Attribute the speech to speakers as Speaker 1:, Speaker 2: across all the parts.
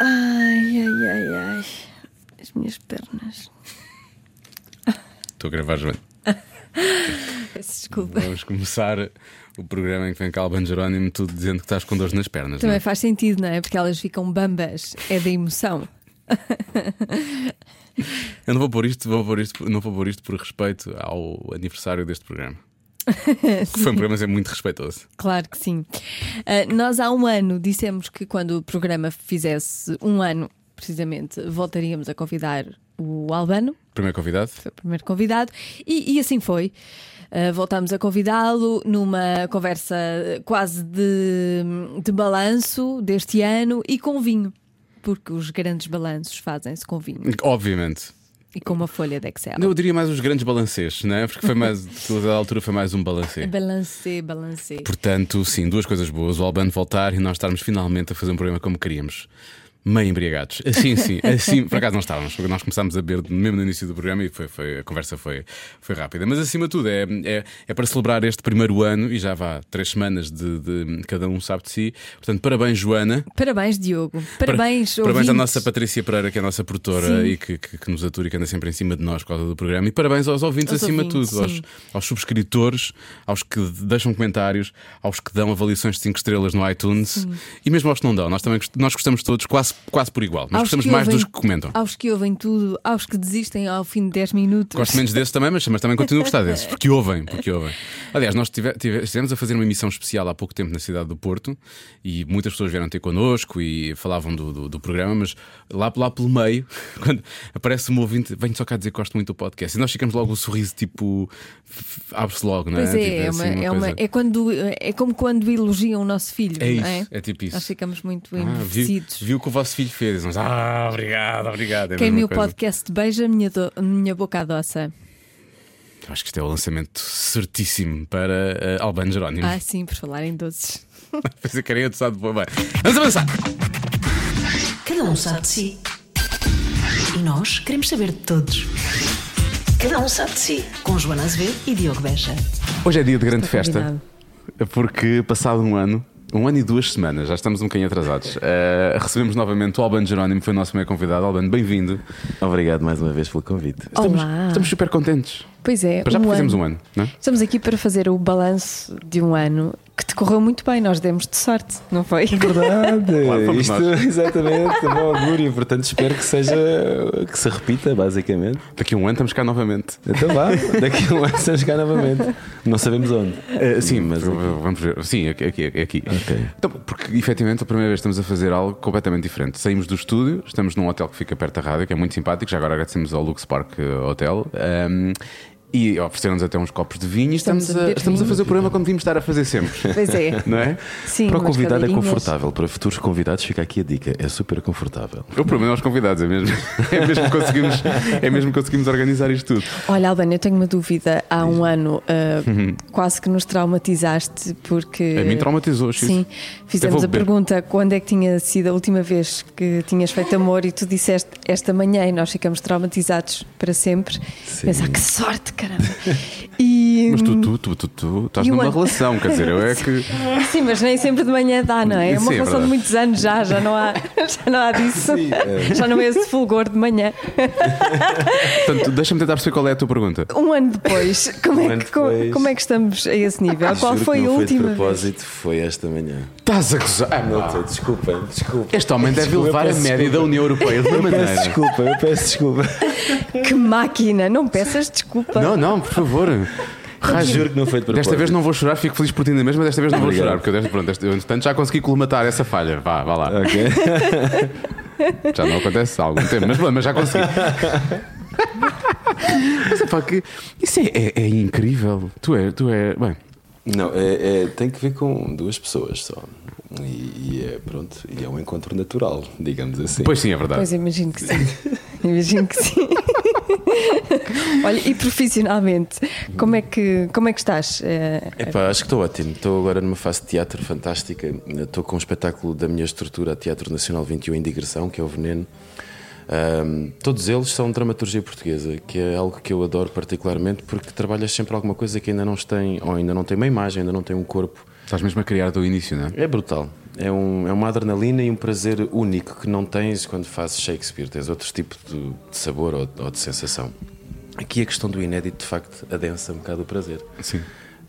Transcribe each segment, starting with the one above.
Speaker 1: Ai, ai, ai, ai. As minhas pernas.
Speaker 2: Estou a gravar, Joana.
Speaker 1: Peço desculpa.
Speaker 2: Vamos começar o programa em que vem cá Alban Jerónimo, tudo dizendo que estás com dores nas pernas. não
Speaker 1: Também
Speaker 2: é?
Speaker 1: faz sentido, não é? Porque elas ficam bambas. É da emoção.
Speaker 2: Eu não vou pôr isto, vou pôr isto, não vou pôr isto por respeito ao aniversário deste programa. Que foi um programa sempre muito respeitoso.
Speaker 1: Claro que sim. Ah, nós há um ano dissemos que quando o programa fizesse um ano, precisamente, voltaríamos a convidar o Albano,
Speaker 2: Primeiro convidado.
Speaker 1: foi o primeiro convidado, e, e assim foi. Ah, voltámos a convidá-lo numa conversa eh, quase de, de balanço deste ano e com vinho, porque os grandes balanços fazem-se com vinho
Speaker 2: Obviamente.
Speaker 1: e com uma folha de Excel.
Speaker 2: Eu diria mais os grandes balancês, não é? Porque foi mais, toda a altura foi mais um balancê.
Speaker 1: Balancei, balancei.
Speaker 2: Portanto, sim, duas coisas boas: o Albano voltar e nós estarmos finalmente a fazer um programa como queríamos. Meio embriagados. Assim, sim, assim, por acaso não estávamos, porque nós começámos a beber mesmo no início do programa e foi, foi- a conversa foi, foi rápida. Mas acima de tudo, é, é, é para celebrar este primeiro ano e já vá três semanas de, de cada um sabe de si. Portanto, parabéns, Joana.
Speaker 1: Parabéns, Diogo. Parabéns,
Speaker 2: Parabéns à
Speaker 1: ouvintes.
Speaker 2: nossa Patrícia Pereira, que é a nossa produtora e que, que- que nos atura e que anda sempre em cima de nós por causa do programa. E parabéns aos ouvintes
Speaker 1: Aos
Speaker 2: acima
Speaker 1: ouvintes,
Speaker 2: de tudo, aos,
Speaker 1: sim.
Speaker 2: aos subscritores, aos que deixam comentários, aos que dão avaliações de 5 estrelas no iTunes e mesmo aos que não dão. Nós também gost- nós gostamos todos quase, quase por igual, mas
Speaker 1: Aos
Speaker 2: gostamos
Speaker 1: que
Speaker 2: mais
Speaker 1: ouvem-
Speaker 2: dos que comentam.
Speaker 1: Aos que ouvem tudo, aos que desistem ao fim de 10 minutos.
Speaker 2: Gosto menos desses também, mas, mas também continuo a gostar desses, porque ouvem, porque ouvem. Aliás, nós tive- tive- estivemos a fazer uma emissão especial há pouco tempo na cidade do Porto e muitas pessoas vieram ter connosco e falavam do, do- do programa, mas lá, lá pelo meio, quando aparece um ouvinte, venho só cá dizer que gosto muito do podcast. E nós ficamos logo o sorriso tipo. f- abre-se logo, não é?
Speaker 1: Pois é,
Speaker 2: Tipo,
Speaker 1: é,
Speaker 2: assim,
Speaker 1: uma, é, uma-
Speaker 2: coisa-
Speaker 1: é quando, é como quando elogiam o nosso filho,
Speaker 2: É
Speaker 1: não é?
Speaker 2: isso, é tipo isso.
Speaker 1: Nós ficamos muito
Speaker 2: Ah, viu,
Speaker 1: envelhecidos.
Speaker 2: viu o que o vosso filho fez? Nós, ah, obrigado, obrigado. É a
Speaker 1: Quem
Speaker 2: mesma
Speaker 1: me o
Speaker 2: coisa.
Speaker 1: podcast beija, minha, do- minha boca adoça.
Speaker 2: Eu Acho que isto é o lançamento certíssimo para eh, Albano Jerónimo.
Speaker 1: Ah, sim, por falar em doces.
Speaker 2: Pensei que era adoçado de boa. Bem, Vamos avançar!
Speaker 3: Cada um sabe de si. E nós queremos saber de todos. Cada um sabe de si. Com Joana Azevedo e Diogo Beja.
Speaker 2: Hoje é dia de grande festa,
Speaker 1: combinado.
Speaker 2: porque passado um ano, um ano e duas semanas, já estamos um bocadinho atrasados, eh, recebemos novamente o Albano Jerónimo, que foi o nosso meio convidado. Albano, bem-vindo.
Speaker 4: Obrigado mais uma vez pelo convite.
Speaker 2: Estamos,
Speaker 1: Olá.
Speaker 2: estamos super contentes.
Speaker 1: Pois é,
Speaker 2: Para já fizemos um ano, não é?
Speaker 1: Estamos aqui para fazer o balanço de um ano que decorreu muito bem, nós demos de sorte, não foi?
Speaker 4: Verdade!
Speaker 2: Claro, fomos
Speaker 4: Isto,
Speaker 2: nós.
Speaker 4: exatamente, um augúrio. Portanto, espero que seja. que se repita, basicamente.
Speaker 2: Daqui a um ano estamos cá novamente.
Speaker 4: Então vá, daqui a um ano estamos cá novamente. Não sabemos onde.
Speaker 2: Eh, sim, mas
Speaker 4: aqui.
Speaker 2: vamos ver. Sim, é aqui. aqui, aqui.
Speaker 4: Ok.
Speaker 2: Então, porque efetivamente a primeira vez estamos a fazer algo completamente diferente. Saímos do estúdio, estamos num hotel que fica perto da rádio, que é muito simpático. Já agora agradecemos ao Lux Park eh, Hotel. ehm, e ofereceram-nos até uns copos de vinho e estamos,
Speaker 1: Estamos a
Speaker 2: a,
Speaker 1: beber
Speaker 2: estamos a
Speaker 1: vinho.
Speaker 2: fazer o programa como devíamos estar a fazer sempre.
Speaker 1: Pois é.
Speaker 2: Não é?
Speaker 1: Sim,
Speaker 4: Para o
Speaker 1: umas
Speaker 4: convidado é
Speaker 1: cadeirinhas.
Speaker 4: confortável, para futuros convidados fica aqui a dica: é super confortável.
Speaker 2: O problema é os convidados, é mesmo. É mesmo que conseguimos, é mesmo que conseguimos organizar isto tudo.
Speaker 1: Olha, Albano, eu tenho uma dúvida. Há um ano ah, quase que nos traumatizaste porque.
Speaker 2: A mim traumatizou, Chico.
Speaker 1: Eh, Sim,
Speaker 2: Eu vou
Speaker 1: fizemos a
Speaker 2: beber.
Speaker 1: pergunta quando é que tinha sido a última vez que tinhas feito amor e tu disseste esta manhã e nós ficamos traumatizados para sempre. Pensar que sorte, caramba! E,
Speaker 2: Mas tu, tu, tu, tu, tu estás
Speaker 1: E o
Speaker 2: numa
Speaker 1: ano-
Speaker 2: relação, quer dizer, eu é que.
Speaker 1: Sim, mas nem sempre de manhã dá, não é? É
Speaker 2: Isso
Speaker 1: uma
Speaker 2: é
Speaker 1: relação
Speaker 2: verdade.
Speaker 1: de muitos anos já, já não há, já não há disso. Já não é esse fulgor de manhã.
Speaker 2: Portanto, deixa-me tentar perceber qual é a tua pergunta.
Speaker 1: Um ano depois, como, é,
Speaker 4: Um ano
Speaker 1: que, como-
Speaker 4: depois. Ah,
Speaker 1: como é que estamos a esse nível? Ah, Qual
Speaker 4: Juro
Speaker 1: foi
Speaker 4: que
Speaker 1: a
Speaker 4: não
Speaker 1: última
Speaker 4: Foi de
Speaker 1: vez?
Speaker 4: propósito, foi esta manhã.
Speaker 2: Estás a gozar. Ah,
Speaker 4: Não
Speaker 2: não.
Speaker 4: sei, desculpa, desculpa.
Speaker 2: Este homem deve
Speaker 4: Desculpa, eu
Speaker 2: levar a
Speaker 4: peço
Speaker 2: média
Speaker 4: desculpa.
Speaker 2: da União Europeia de uma
Speaker 4: Eu peço
Speaker 2: maneira.
Speaker 4: desculpa, eu peço desculpa.
Speaker 1: Que máquina! Não peças desculpa.
Speaker 2: Não, não, por favor. Raio.
Speaker 4: Juro que não foi de propósito.
Speaker 2: Desta vez não vou chorar, fico feliz por ti ainda mesmo, mas desta vez não vou
Speaker 4: Obrigado.
Speaker 2: chorar, porque eu desta, pronto, desta, eu, entretanto já consegui colmatar essa falha. Vá, vá lá.
Speaker 4: Ok.
Speaker 2: Já não acontece há algum tempo, mas pronto, mas já consegui. mas é pá, que isso é, é- é incrível. Tu é, tu é. Bem,
Speaker 4: Não, é, é- tem que ver com duas pessoas só. E, e é pronto, e é um encontro natural, digamos assim.
Speaker 2: pois sim, é verdade.
Speaker 1: Pois imagino que sim. Imagino que sim. Olha, e profissionalmente, como é que, como é que estás? Eh,
Speaker 4: Epá, acho que estou ótimo. Estou agora numa fase de teatro fantástica. Estou com um espetáculo da minha estrutura, Teatro Nacional 21 em digressão, que é o Veneno. Ahm, todos eles são dramaturgia portuguesa, que é algo que eu adoro particularmente, porque trabalhas sempre alguma coisa que ainda não tem, ou ainda não tem uma imagem, ainda não tem um corpo.
Speaker 2: Estás mesmo a criar do início, não é?
Speaker 4: É brutal. É, um, é uma adrenalina e um prazer único que não tens quando fazes Shakespeare. Tens outro tipo de, de sabor ou, ou de sensação. Aqui a questão do inédito, de facto, adensa um bocado o prazer.
Speaker 2: Sim.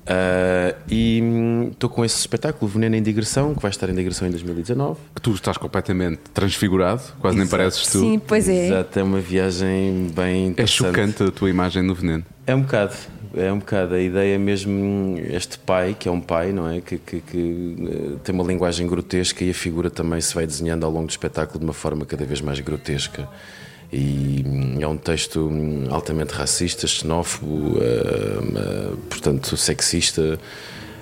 Speaker 4: Ah, e hum, estou com esse espetáculo, Veneno em Digressão, que vai estar em digressão em 2019.
Speaker 2: Que tu estás completamente transfigurado, quase nem pareces tu.
Speaker 1: Sim, pois é.
Speaker 4: Exato, é uma viagem
Speaker 2: É
Speaker 4: bem interessante.
Speaker 2: chocante a tua imagem no veneno.
Speaker 4: É um bocado, é um bocado. A ideia mesmo, este pai, que é um pai, não é? Que, que- que, eh, tem uma linguagem grotesca e a figura também se vai desenhando ao longo do espetáculo de uma forma cada vez mais grotesca. E hum, é um texto hum, altamente racista, xenófobo, eh, eh, portanto sexista.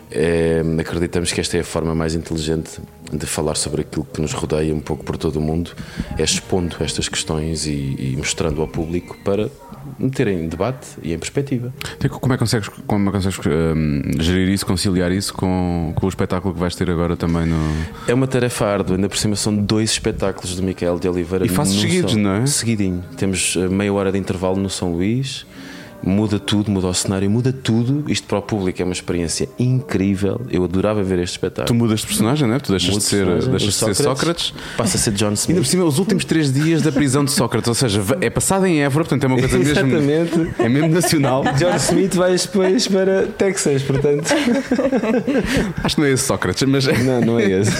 Speaker 4: Eh, acreditamos que esta é a forma mais inteligente de falar sobre aquilo que nos rodeia um pouco por todo o mundo, é expondo estas questões e- e mostrando ao público para meter em debate e em perspectiva.
Speaker 2: Então, Como é que consegues, como é que consegues hum, gerir isso, conciliar isso com, com o espetáculo que vais ter agora também no.
Speaker 4: É uma tarefa árdua, ainda por cima são dois espetáculos do Miquel de Oliveira.
Speaker 2: E fazes
Speaker 4: no
Speaker 2: seguidos,
Speaker 4: São-
Speaker 2: não é?
Speaker 4: Seguidinho. Temos eh, meia hora de intervalo no São Luís, muda tudo, muda o cenário, muda tudo. Isto para o público é uma experiência incrível. Eu adorava ver este
Speaker 2: Tu
Speaker 4: espetáculo.
Speaker 2: mudas de personagem, não é? Tu deixas
Speaker 4: Muda
Speaker 2: de ser,
Speaker 4: personagem,
Speaker 2: deixas
Speaker 4: o
Speaker 2: de ser Sócrates.
Speaker 4: Passa a ser John
Speaker 2: Ainda por
Speaker 4: Smith.
Speaker 2: cima, os últimos três dias da prisão de Sócrates, ou seja, é passada em Évora, portanto é uma coisa mesmo.
Speaker 4: Exatamente.
Speaker 2: É mesmo nacional.
Speaker 4: John Smith vai depois para Texas, portanto.
Speaker 2: Acho que não é esse Sócrates, mas.
Speaker 4: Não, não é esse.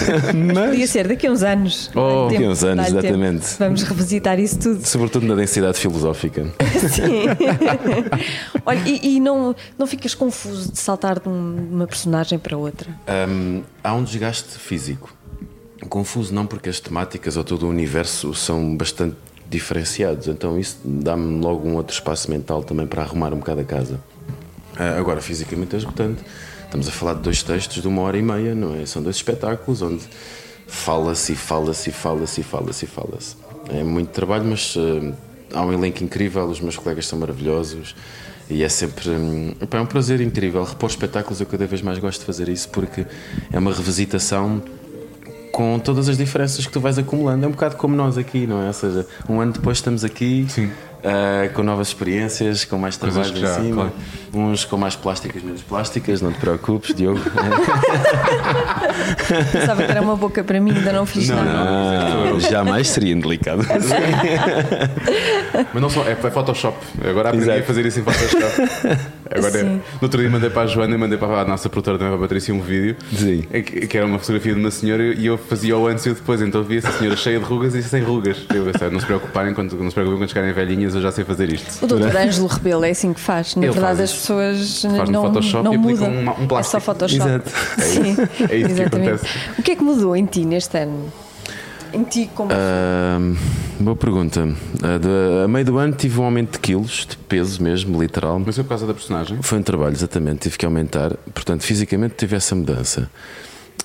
Speaker 5: Podia ser daqui a uns anos.
Speaker 2: Oh,
Speaker 5: Dá-lhe
Speaker 4: daqui a uns
Speaker 5: tempo,
Speaker 4: anos,
Speaker 5: dá-lhe tempo.
Speaker 4: exatamente.
Speaker 5: Vamos revisitar isso tudo.
Speaker 4: Sobretudo na densidade filosófica.
Speaker 5: Sim.
Speaker 1: Olha, e, e não, não ficas confuso de saltar de um- uma personagem para outra?
Speaker 4: Hum, há um desgaste físico. Confuso não porque as temáticas ou todo o universo são bastante diferenciados, então isso dá-me logo um outro espaço mental também para arrumar um bocado a casa. Ah, agora, fisicamente é esgotante. Estamos a falar de dois textos de uma hora e meia, não é? São dois espetáculos onde fala-se, e fala-se, e fala-se, e fala-se, e fala-se. É muito trabalho, mas hum, há um elenco incrível, os meus colegas são maravilhosos e é sempre hum, epá, é um prazer incrível. Repor espetáculos, eu cada vez mais gosto de fazer isso porque é uma revisitação com todas as diferenças que tu vais acumulando. É um bocado como nós aqui, não é? Ou seja, um ano depois estamos aqui
Speaker 2: Sim.
Speaker 4: ah, com novas experiências, com mais
Speaker 2: Coisas
Speaker 4: trabalho
Speaker 2: que
Speaker 4: em
Speaker 2: já,
Speaker 4: cima.
Speaker 2: claro.
Speaker 4: Uns com mais plásticas, menos plásticas, não te preocupes, Diogo.
Speaker 1: Pensava que era uma boca para mim, ainda não fiz nada.
Speaker 4: Ah, jamais seria indelicado.
Speaker 2: Mas não só, é, é Photoshop. Agora aprendi
Speaker 4: Exato.
Speaker 2: a fazer isso em Photoshop. Agora,
Speaker 1: Sim.
Speaker 2: no outro dia mandei para a Joana e mandei para a nossa produtora também, para a Patrícia, um vídeo
Speaker 4: Sim.
Speaker 2: em que, que era uma fotografia de uma senhora e eu fazia o antes e o depois. Então vi essa senhora cheia de rugas e sem rugas. Eu pensei, não se preocuparem, quando, não se preocupem quando chegarem velhinhas, eu já sei fazer isto.
Speaker 1: O doutor Ângelo Rebelo é assim que faz. Na
Speaker 2: Ele
Speaker 1: verdade,
Speaker 2: faz
Speaker 1: as
Speaker 2: isso.
Speaker 1: pessoas
Speaker 2: Faz no
Speaker 1: não,
Speaker 2: Photoshop
Speaker 1: não
Speaker 2: e aplica
Speaker 1: mudam.
Speaker 2: um- um plástico.
Speaker 1: É só Photoshop.
Speaker 4: Exato.
Speaker 1: Sim,
Speaker 2: É isso que
Speaker 1: exatamente.
Speaker 2: acontece.
Speaker 1: O que é que mudou em ti neste ano? Em ti, como.
Speaker 2: Ah.
Speaker 4: Ahm, boa pergunta. Ah, de- a meio do ano tive um aumento de quilos, de peso mesmo, literal.
Speaker 2: Mas foi por causa da personagem.
Speaker 4: Foi um trabalho, exatamente, tive que aumentar. Portanto, fisicamente tive essa mudança.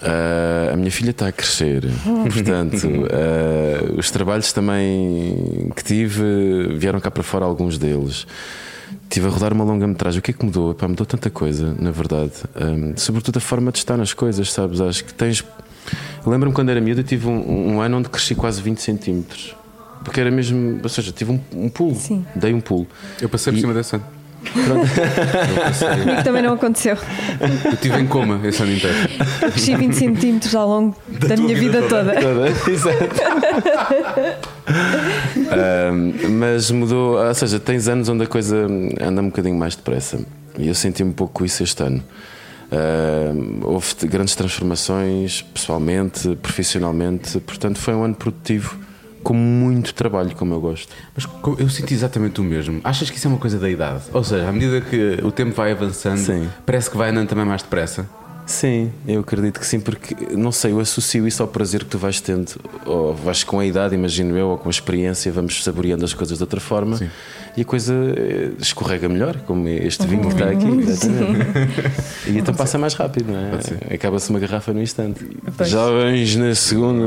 Speaker 4: Ah, a minha filha está a crescer, portanto, ah, os trabalhos também que tive vieram cá para fora alguns deles. Tive a rodar uma longa-metragem. O que é que mudou? Epá, mudou tanta coisa, na verdade. Ah, sobretudo a forma de estar nas coisas, sabes? Acho que tens. Eu Lembro-me quando era miúdo, eu tive um, um ano onde cresci quase 20 centímetros. Porque era mesmo. Ou seja, tive um, um pulo.
Speaker 1: Sim.
Speaker 4: Dei um pulo.
Speaker 2: Eu passei por
Speaker 4: E-
Speaker 2: cima desse ano.
Speaker 1: Comigo também não aconteceu.
Speaker 2: Eu estive em coma esse ano inteiro.
Speaker 1: Eu cresci 20 centímetros ao longo da, minha vida, toda.
Speaker 4: Exato. Ahm, mas mudou, ou seja, tens anos onde a coisa anda um bocadinho mais depressa. E eu senti um pouco isso este ano. Ahm, houve t- grandes transformações pessoalmente, profissionalmente, portanto foi um ano produtivo com muito trabalho, como eu gosto.
Speaker 2: Mas co- eu sinto exatamente o mesmo. Achas que isso é uma coisa da idade? Ou seja, à medida que o tempo vai avançando,
Speaker 4: Sim.
Speaker 2: parece que vai andando também mais depressa.
Speaker 4: Sim, eu acredito que sim, porque não sei, eu associo isso ao prazer que tu vais tendo, ou vais com a idade, imagino eu, ou com a experiência, vamos saboreando as coisas de outra forma e a coisa eh, escorrega melhor, como este vinho que está aqui. exatamente. e então passa mais rápido, não é? Acaba-se uma garrafa no instante. Jovens na segunda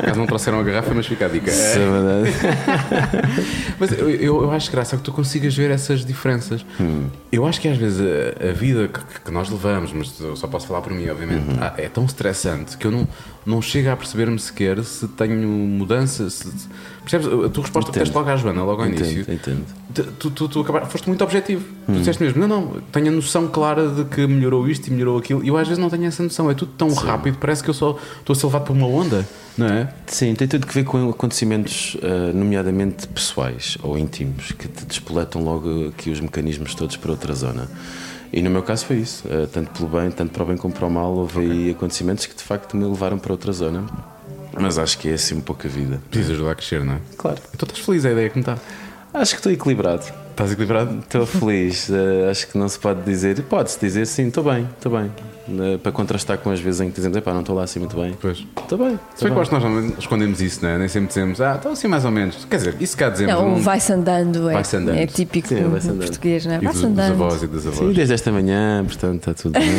Speaker 2: Por acaso não trouxeram a garrafa, mas fica a dica.
Speaker 4: Isso é verdade.
Speaker 2: Mas eu,
Speaker 4: Hum.
Speaker 2: eu, eu acho graça que tu consigas ver essas diferenças. Eu acho que às vezes a, a vida que, que que nós levamos, mas eu só posso falar por mim, obviamente,
Speaker 4: Uhum.
Speaker 2: ah, é tão estressante que eu não, não chego a perceber-me sequer se tenho mudança. Se, se- percebes? A tua resposta que
Speaker 4: Entendo.
Speaker 2: deste logo à Joana, logo ao
Speaker 4: Entendo, Hum.
Speaker 2: início.
Speaker 4: entendo.
Speaker 2: Tu, tu, tu, tu acabaste- foste muito objetivo. Tu disseste mesmo, não, não, tenho a noção clara de que melhorou isto e melhorou aquilo. E eu às vezes não tenho essa noção. É tudo tão rápido, parece que eu só estou a ser levado por uma onda, não é?
Speaker 4: Sim, tem tudo que ver com acontecimentos, ah, nomeadamente pessoais ou íntimos, que te despoletam logo aqui os mecanismos todos para outra zona. E no meu caso foi isso, ah, tanto pelo bem, tanto para o bem como para o mal, houve aí acontecimentos que de facto me levaram para outra zona. Mas acho que é assim um pouco a vida.
Speaker 2: Precisas ajudar a crescer, não é?
Speaker 4: Claro.
Speaker 2: Então estás feliz, é a ideia que me está.
Speaker 4: Acho que estou equilibrado. Estás equilibrado? Estou feliz. Eh, acho que não se pode dizer. Pode-se dizer sim, estou bem, estou bem. Eh, para contrastar com as vezes em que dizemos, epá, não estou lá assim muito bem.
Speaker 2: Pois.
Speaker 4: Estou bem.
Speaker 2: Se bem que
Speaker 4: Estou
Speaker 2: eu
Speaker 4: bem.
Speaker 2: acho que nós normalmente escondemos isso, não é? Nem sempre dizemos, ah, então assim mais ou menos. Quer dizer, isso cá dizemos.
Speaker 1: Não, o vai-se andando é,
Speaker 2: Vai-se andando.
Speaker 1: é típico
Speaker 4: Sim,
Speaker 1: no-
Speaker 4: vai-se
Speaker 1: no
Speaker 4: andando.
Speaker 1: português, não é?
Speaker 2: E dos,
Speaker 1: Vai-se
Speaker 2: dos
Speaker 1: andando.
Speaker 2: avós e das
Speaker 4: Sim,
Speaker 2: avós.
Speaker 4: desde esta manhã, portanto está tudo bem.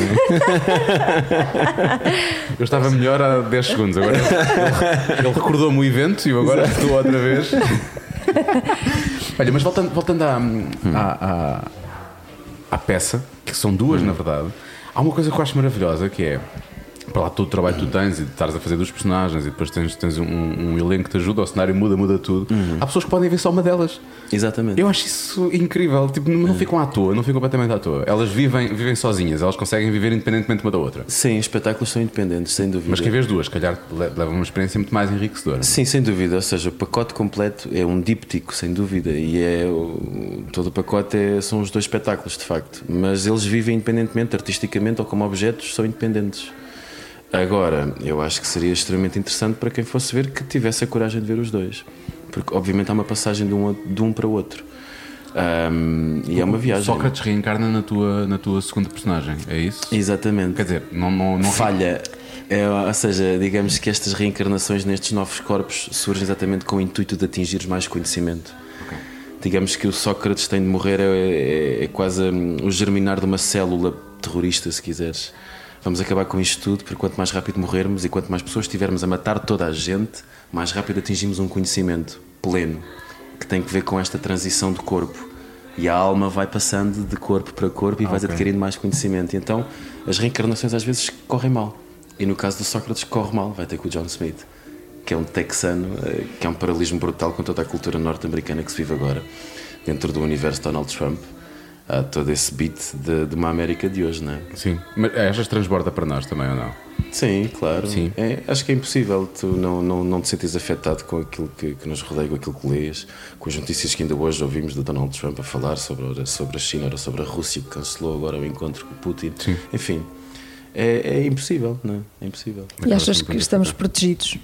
Speaker 2: Eu estava melhor há 10 segundos, agora ele- ele recordou-me o evento e eu agora estou outra vez. Olha, mas voltando, voltando à,
Speaker 1: Hum.
Speaker 2: à, à- à peça, que são
Speaker 1: Hum.
Speaker 2: duas na verdade, há uma coisa que eu acho maravilhosa que é. Para lá todo o trabalho que tu tens e de estares a fazer dos personagens e depois tens, tens um, um elenco que te ajuda, o cenário muda, muda tudo.
Speaker 1: Uhum.
Speaker 2: Há pessoas que podem ver só uma delas.
Speaker 4: Exatamente.
Speaker 2: Eu acho isso incrível, tipo, não não ficam à toa, não ficam completamente à toa. Elas vivem, vivem sozinhas, elas conseguem viver independentemente uma da outra.
Speaker 4: Sim, espetáculos são independentes, sem dúvida.
Speaker 2: Mas quem vês duas, se calhar le- leva uma experiência muito mais enriquecedora.
Speaker 4: Sim, sem dúvida. Ou seja, o pacote completo é um díptico, sem dúvida. E é o- todo o pacote é- são os dois espetáculos, de facto. Mas eles vivem independentemente, artisticamente ou como objetos, são independentes. Agora, eu acho que seria extremamente interessante para quem fosse ver que tivesse a coragem de ver os dois. Porque, obviamente, há uma passagem de um, a- de um para o outro. Ahm, e é uma viagem.
Speaker 2: Sócrates reencarna na tua, na tua segunda personagem, é isso?
Speaker 4: Exatamente.
Speaker 2: Quer dizer, não, não, não
Speaker 4: falha. É, ou seja, digamos que estas reencarnações nestes novos corpos surgem exatamente com o intuito de atingir mais conhecimento. Digamos que o Sócrates tem de morrer é, é- é quase hum, o germinar de uma célula terrorista, se quiseres. Vamos acabar com isto tudo, porque quanto mais rápido morrermos e quanto mais pessoas estivermos a matar toda a gente, mais rápido atingimos um conhecimento pleno, que tem que ver com esta transição do corpo. E a alma vai passando de corpo para corpo e vais adquirindo mais conhecimento. E Então, as reencarnações às vezes correm mal. E no caso do Sócrates, corre mal, vai ter com o John Smith, que é um texano, eh, que é um paralelismo brutal com toda a cultura norte-americana que se vive agora, dentro do universo de Donald Trump. Há todo esse beat de, de uma América de hoje, não é?
Speaker 2: Sim, mas estas transborda para nós também ou não?
Speaker 4: Sim, claro.
Speaker 2: Sim.
Speaker 4: É, acho que é impossível tu não, não, não te sentires afetado com aquilo que, que nos rodeia, com aquilo que lês, com as notícias que ainda hoje ouvimos de Donald Trump a falar sobre, a- sobre a China, ora sobre a Rússia, que cancelou agora o encontro com o Putin.
Speaker 2: Sim.
Speaker 4: Enfim, é, é impossível, não é? É impossível.
Speaker 5: E achas que estamos protegidos?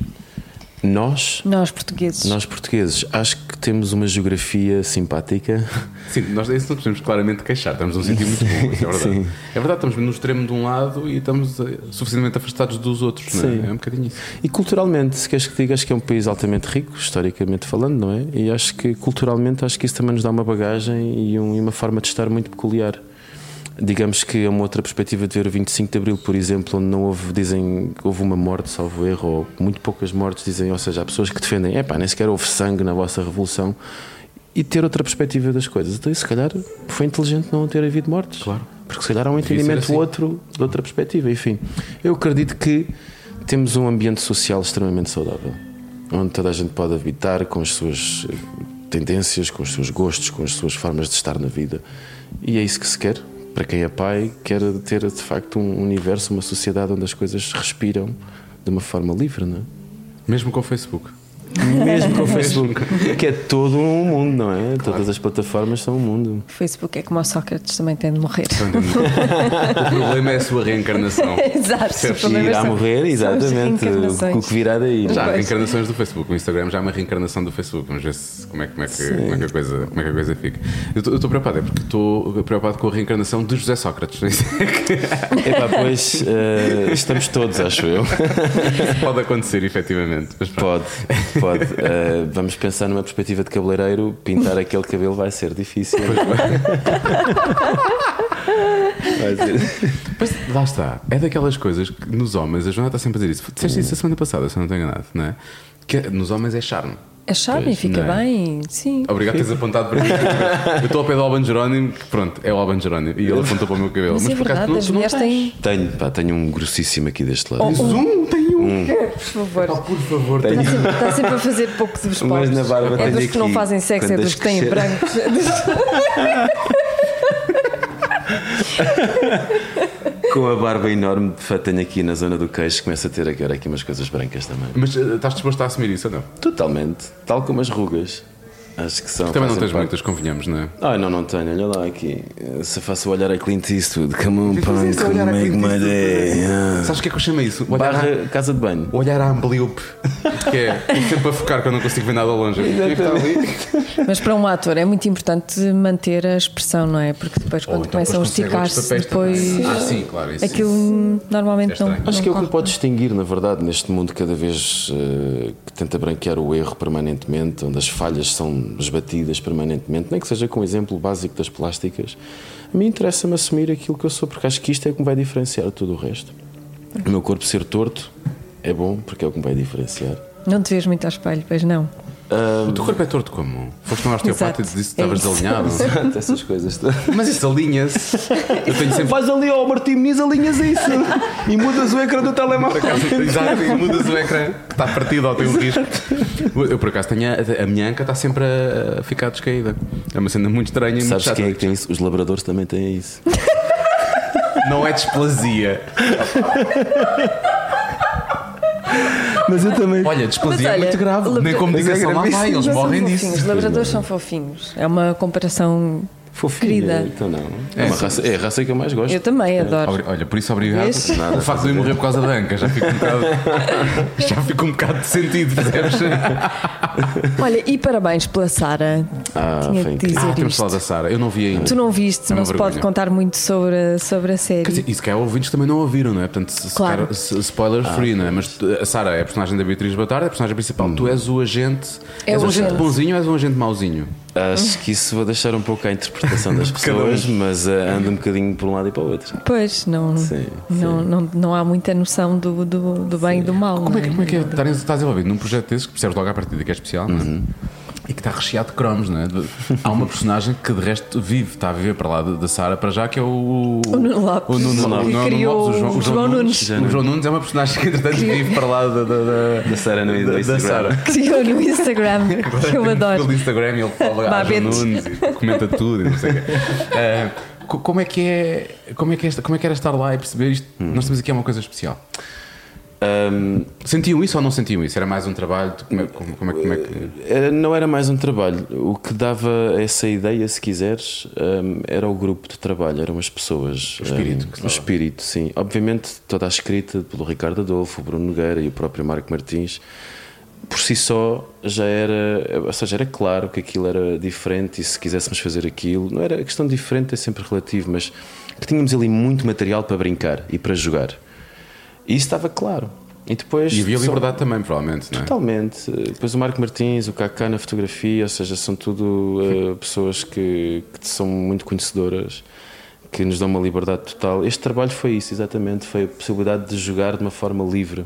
Speaker 4: Nós,
Speaker 5: Nós, portugueses.
Speaker 4: nós portugueses, acho que temos uma geografia simpática.
Speaker 2: Sim, nós isso não podemos claramente queixar, estamos num sentido muito bom, isso é verdade.
Speaker 4: Sim.
Speaker 2: É verdade, estamos no extremo de um lado e estamos eh, suficientemente afastados dos outros, não
Speaker 4: Sim.
Speaker 2: é? É um bocadinho isso.
Speaker 4: E culturalmente, se queres que diga, acho que é um país altamente rico, historicamente falando, não é? E acho que culturalmente, acho que isso também nos dá uma bagagem e, um- e uma forma de estar muito peculiar. Digamos que é uma outra perspectiva de ver o 25 de Abril, por exemplo, onde não houve, dizem, houve uma morte, salvo erro, ou muito poucas mortes, dizem, ou seja, há pessoas que defendem, epá, nem sequer houve sangue na vossa revolução, e ter outra perspectiva das coisas. Então, se calhar, foi inteligente não ter havido mortes. Claro. Porque se calhar há um
Speaker 2: ser
Speaker 4: entendimento
Speaker 2: assim.
Speaker 4: outro, de outra perspectiva, enfim. Eu acredito que temos um ambiente social extremamente saudável, onde toda a gente pode habitar com as suas eh, tendências, com os seus gostos, com as suas formas de estar na vida. E é isso que se quer. Para quem é pai, quer ter de facto um universo, uma sociedade onde as coisas respiram de uma forma livre, não é?
Speaker 2: Mesmo com o Facebook.
Speaker 4: Mesmo com o Facebook, que é todo um mundo, não é? Todas as plataformas são um mundo.
Speaker 5: O Facebook é como o Sócrates, também tem de morrer.
Speaker 2: o problema é a sua reencarnação.
Speaker 5: Exato,
Speaker 2: Percebes?
Speaker 5: o problema
Speaker 4: Ir a
Speaker 5: são-
Speaker 4: morrer,
Speaker 5: são as
Speaker 4: exatamente.
Speaker 5: reencarnações.
Speaker 4: O que virá daí.
Speaker 2: Já há
Speaker 5: Pois.
Speaker 2: reencarnações do Facebook. O Instagram já é uma reencarnação do Facebook. Vamos ver se, como, é, como, é que, como é que a coisa, como é que a coisa fica. Eu estou- eu estou preocupado, é porque estou preocupado com a reencarnação de José Sócrates. é
Speaker 4: Epá, pois eh, estamos todos, acho eu.
Speaker 2: Pode acontecer, efetivamente. Mas pronto.
Speaker 4: Pode, pode. Eh, vamos pensar numa perspectiva de cabeleireiro, pintar aquele cabelo vai ser difícil. Vai ser.
Speaker 2: Mas lá está. É daquelas coisas que nos homens, a Joana está sempre a dizer isso. Disseste isso a semana passada, se eu não estou enganado, não é? Que nos homens é charme.
Speaker 5: É charme,
Speaker 4: Pois,
Speaker 5: fica
Speaker 2: não é?
Speaker 5: bem, sim.
Speaker 2: Obrigado por teres apontado para mim. Eu estou ao pé do Alban Jerónimo, que pronto, é o Alban Jerónimo. E ele apontou para o meu cabelo.
Speaker 5: Mas, é
Speaker 2: por acaso
Speaker 5: verdade,
Speaker 2: tu-
Speaker 5: as
Speaker 2: tu não
Speaker 5: mulheres têm.
Speaker 4: Tenho, pá, tenho um grossíssimo aqui deste lado.
Speaker 2: tens um, tem um.
Speaker 5: Por favor.
Speaker 2: Então, Por favor, tenho
Speaker 5: Está sempre, está sempre a fazer pouco dos pobres.
Speaker 4: na barba
Speaker 5: é
Speaker 4: tenho
Speaker 5: dos que não
Speaker 4: aqui,
Speaker 5: fazem sexo, é
Speaker 4: quando
Speaker 5: dos
Speaker 4: as
Speaker 5: que têm
Speaker 4: crescer.
Speaker 5: brancos.
Speaker 4: Com a barba enorme, de fato, tenho aqui na zona do queixo, começa a ter agora aqui umas coisas brancas também.
Speaker 2: Mas eh, estás disposto a assumir isso ou não?
Speaker 4: Totalmente. Tal como as rugas. Acho que são.
Speaker 2: Também não
Speaker 4: fazem
Speaker 2: tens
Speaker 4: parte.
Speaker 2: muitas, convenhamos, não é?
Speaker 4: Ai, não, não tenho. Olha lá aqui. Eh, Se eu faço o olhar a Clint Eastwood, come on,
Speaker 2: Mas
Speaker 4: punk,
Speaker 2: esse olhar
Speaker 5: é
Speaker 4: make
Speaker 2: aqui,
Speaker 4: my
Speaker 2: isso-
Speaker 4: day. ah.
Speaker 2: Sabes o que é que eu chamo isso? O Olhar,
Speaker 4: Barra casa de banho.
Speaker 2: a- o olhar à ambliope. Que é, estou sempre a focar que eu não consigo ver nada longe. Eu tenho que estar ali.
Speaker 5: Mas para um ator é muito importante manter a expressão, não é? Porque depois,
Speaker 2: Ou
Speaker 5: quando
Speaker 2: então
Speaker 5: começam a
Speaker 2: depois consegue outros
Speaker 5: esticar-se,
Speaker 2: papéis também.
Speaker 5: depois
Speaker 2: Ah, sim, claro. Isso,
Speaker 5: aquilo normalmente
Speaker 2: É
Speaker 5: não.
Speaker 2: estranho.
Speaker 4: Acho que é
Speaker 5: não
Speaker 4: o que me
Speaker 5: corre.
Speaker 4: pode distinguir, na verdade, neste mundo cada vez eh, que tenta branquear o erro permanentemente, onde as falhas são esbatidas permanentemente, nem que seja com o exemplo básico das plásticas, a mim interessa-me assumir aquilo que eu sou, porque acho que isto é o que me vai diferenciar de tudo o resto. O meu corpo ser torto é bom, porque é o que me vai diferenciar.
Speaker 5: Não te vês muito ao espelho, pois não.
Speaker 2: O teu corpo é torto como? Foste um osteopata e
Speaker 5: Exato.
Speaker 2: disse que
Speaker 5: É
Speaker 2: estavas
Speaker 5: isso.
Speaker 2: desalinhado.
Speaker 4: Portanto, Essas coisas. todas.
Speaker 2: Mas isso alinha-se. Eu tenho sempre.
Speaker 4: Vais ali ao Martim Muniz, alinhas isso e mudas o ecrã do
Speaker 2: Por
Speaker 4: telemóvel.
Speaker 2: acaso, exato, e mudas o ecrã que está partido ao teu risco. Eu, por acaso, tenho a, a minha anca está sempre a, a ficar descaída. É uma cena muito estranha e muito
Speaker 4: Sabes
Speaker 2: chata.
Speaker 4: quem é que tem isso? Os labradores também têm isso.
Speaker 2: Não é displasia.
Speaker 4: Mas eu também.
Speaker 2: Olha,
Speaker 5: Mas
Speaker 2: displasia é
Speaker 5: olha,
Speaker 2: muito grave.
Speaker 5: labra-
Speaker 2: Nem como
Speaker 4: Mas é
Speaker 2: digressão lá vai,
Speaker 4: gravíssimo.
Speaker 2: eles
Speaker 5: Mas são
Speaker 2: morrem
Speaker 5: fofinhos,
Speaker 2: disso.
Speaker 5: Os labradores são fofinhos. É uma comparação
Speaker 4: Fofinha.
Speaker 5: querida.
Speaker 4: Então não. É, uma raça, é a raça que eu mais gosto.
Speaker 5: Eu também adoro.
Speaker 2: Obri- Olha, por isso obrigado.
Speaker 5: Vês?
Speaker 2: O facto de eu morrer por causa da anca já fica um bocado. já fica um bocado de sentido, percebes?
Speaker 5: Olha, e parabéns pela Sara.
Speaker 4: Ah,
Speaker 5: Tinha
Speaker 4: foi
Speaker 5: de
Speaker 4: incrível.
Speaker 5: dizer
Speaker 2: Ah, temos
Speaker 5: isto.
Speaker 2: falado da Sara. Eu não vi ainda.
Speaker 5: Tu não viste,
Speaker 2: É uma
Speaker 5: não se pode
Speaker 2: vergonha.
Speaker 5: contar muito sobre, a- sobre a série.
Speaker 2: Quer dizer, isso que é ouvintes também não ouviram, não é? Portanto, se- se
Speaker 5: Claro.
Speaker 2: calhar, se- spoiler free, não é? Mas tu- a Sara é a personagem da Beatriz Batarda, é a personagem principal. Tu és o agente.
Speaker 5: É
Speaker 2: és
Speaker 5: o
Speaker 2: um agente
Speaker 5: agente.
Speaker 2: bonzinho ou és um agente mauzinho?
Speaker 4: Acho que isso vou deixar um pouco à interpretação das pessoas, mas ah, anda um bocadinho por um lado e para o outro.
Speaker 5: Pois, não,
Speaker 4: Sim,
Speaker 5: não, Não, não há muita noção do, do, do bem e do mal.
Speaker 2: Como é, que-
Speaker 5: não
Speaker 2: como é que é estar, estás envolvido num projeto desse que percebes logo à partida que é especial, não é? E que está recheado de cromos, não é? De- há uma personagem que de resto vive, está a viver para lá da da Sara, para já, que é o.
Speaker 5: O Nuno Lopes.
Speaker 2: O Nuno,
Speaker 5: Que
Speaker 2: não, não é o Nuno
Speaker 5: criou
Speaker 2: Lopes, o João, o João
Speaker 5: João
Speaker 2: Nunes.
Speaker 4: Nunes.
Speaker 2: O João Nunes é uma personagem que, entretanto, vive para lá da. da, da-
Speaker 4: Da Sara no- no
Speaker 2: da- da
Speaker 4: Instagram.
Speaker 2: Sara.
Speaker 5: Criou no Instagram,
Speaker 2: é
Speaker 5: que eu adoro.
Speaker 2: Pelo Instagram ele fala a
Speaker 5: Babette.
Speaker 2: Nunes e comenta tudo e não sei o quê. Eh, co- como é que é, como é que, é esta- como é que era estar lá e perceber isto? Nós estamos aqui é uma coisa especial.
Speaker 4: Ahm,
Speaker 2: Sentiam isso ou não sentiam isso? Era mais um trabalho? Como é, como- como é- como é
Speaker 5: Eh,
Speaker 2: que.
Speaker 4: era- não era mais um trabalho. O que dava essa ideia, se quiseres, ahm, era o grupo de trabalho, eram as pessoas. O
Speaker 2: espírito que se
Speaker 4: o espírito, sim. Obviamente, toda a escrita pelo Ricardo Adolfo, o Bruno Nogueira e o próprio Marco Martins, por si só já era. eh, Ou seja, era claro que aquilo era diferente e se quiséssemos fazer aquilo. Não era a questão de diferente, é sempre relativo, mas que tínhamos ali muito material para brincar e para jogar. E isso estava claro. E depois.
Speaker 2: E havia
Speaker 4: só-
Speaker 2: liberdade também, provavelmente, não é?
Speaker 4: Totalmente. Depois o Marco Martins, o Kaká na fotografia, ou seja, são tudo eh, pessoas que, que são muito conhecedoras, que nos dão uma liberdade total. Este trabalho foi isso, exatamente. Foi a possibilidade de jogar de uma forma livre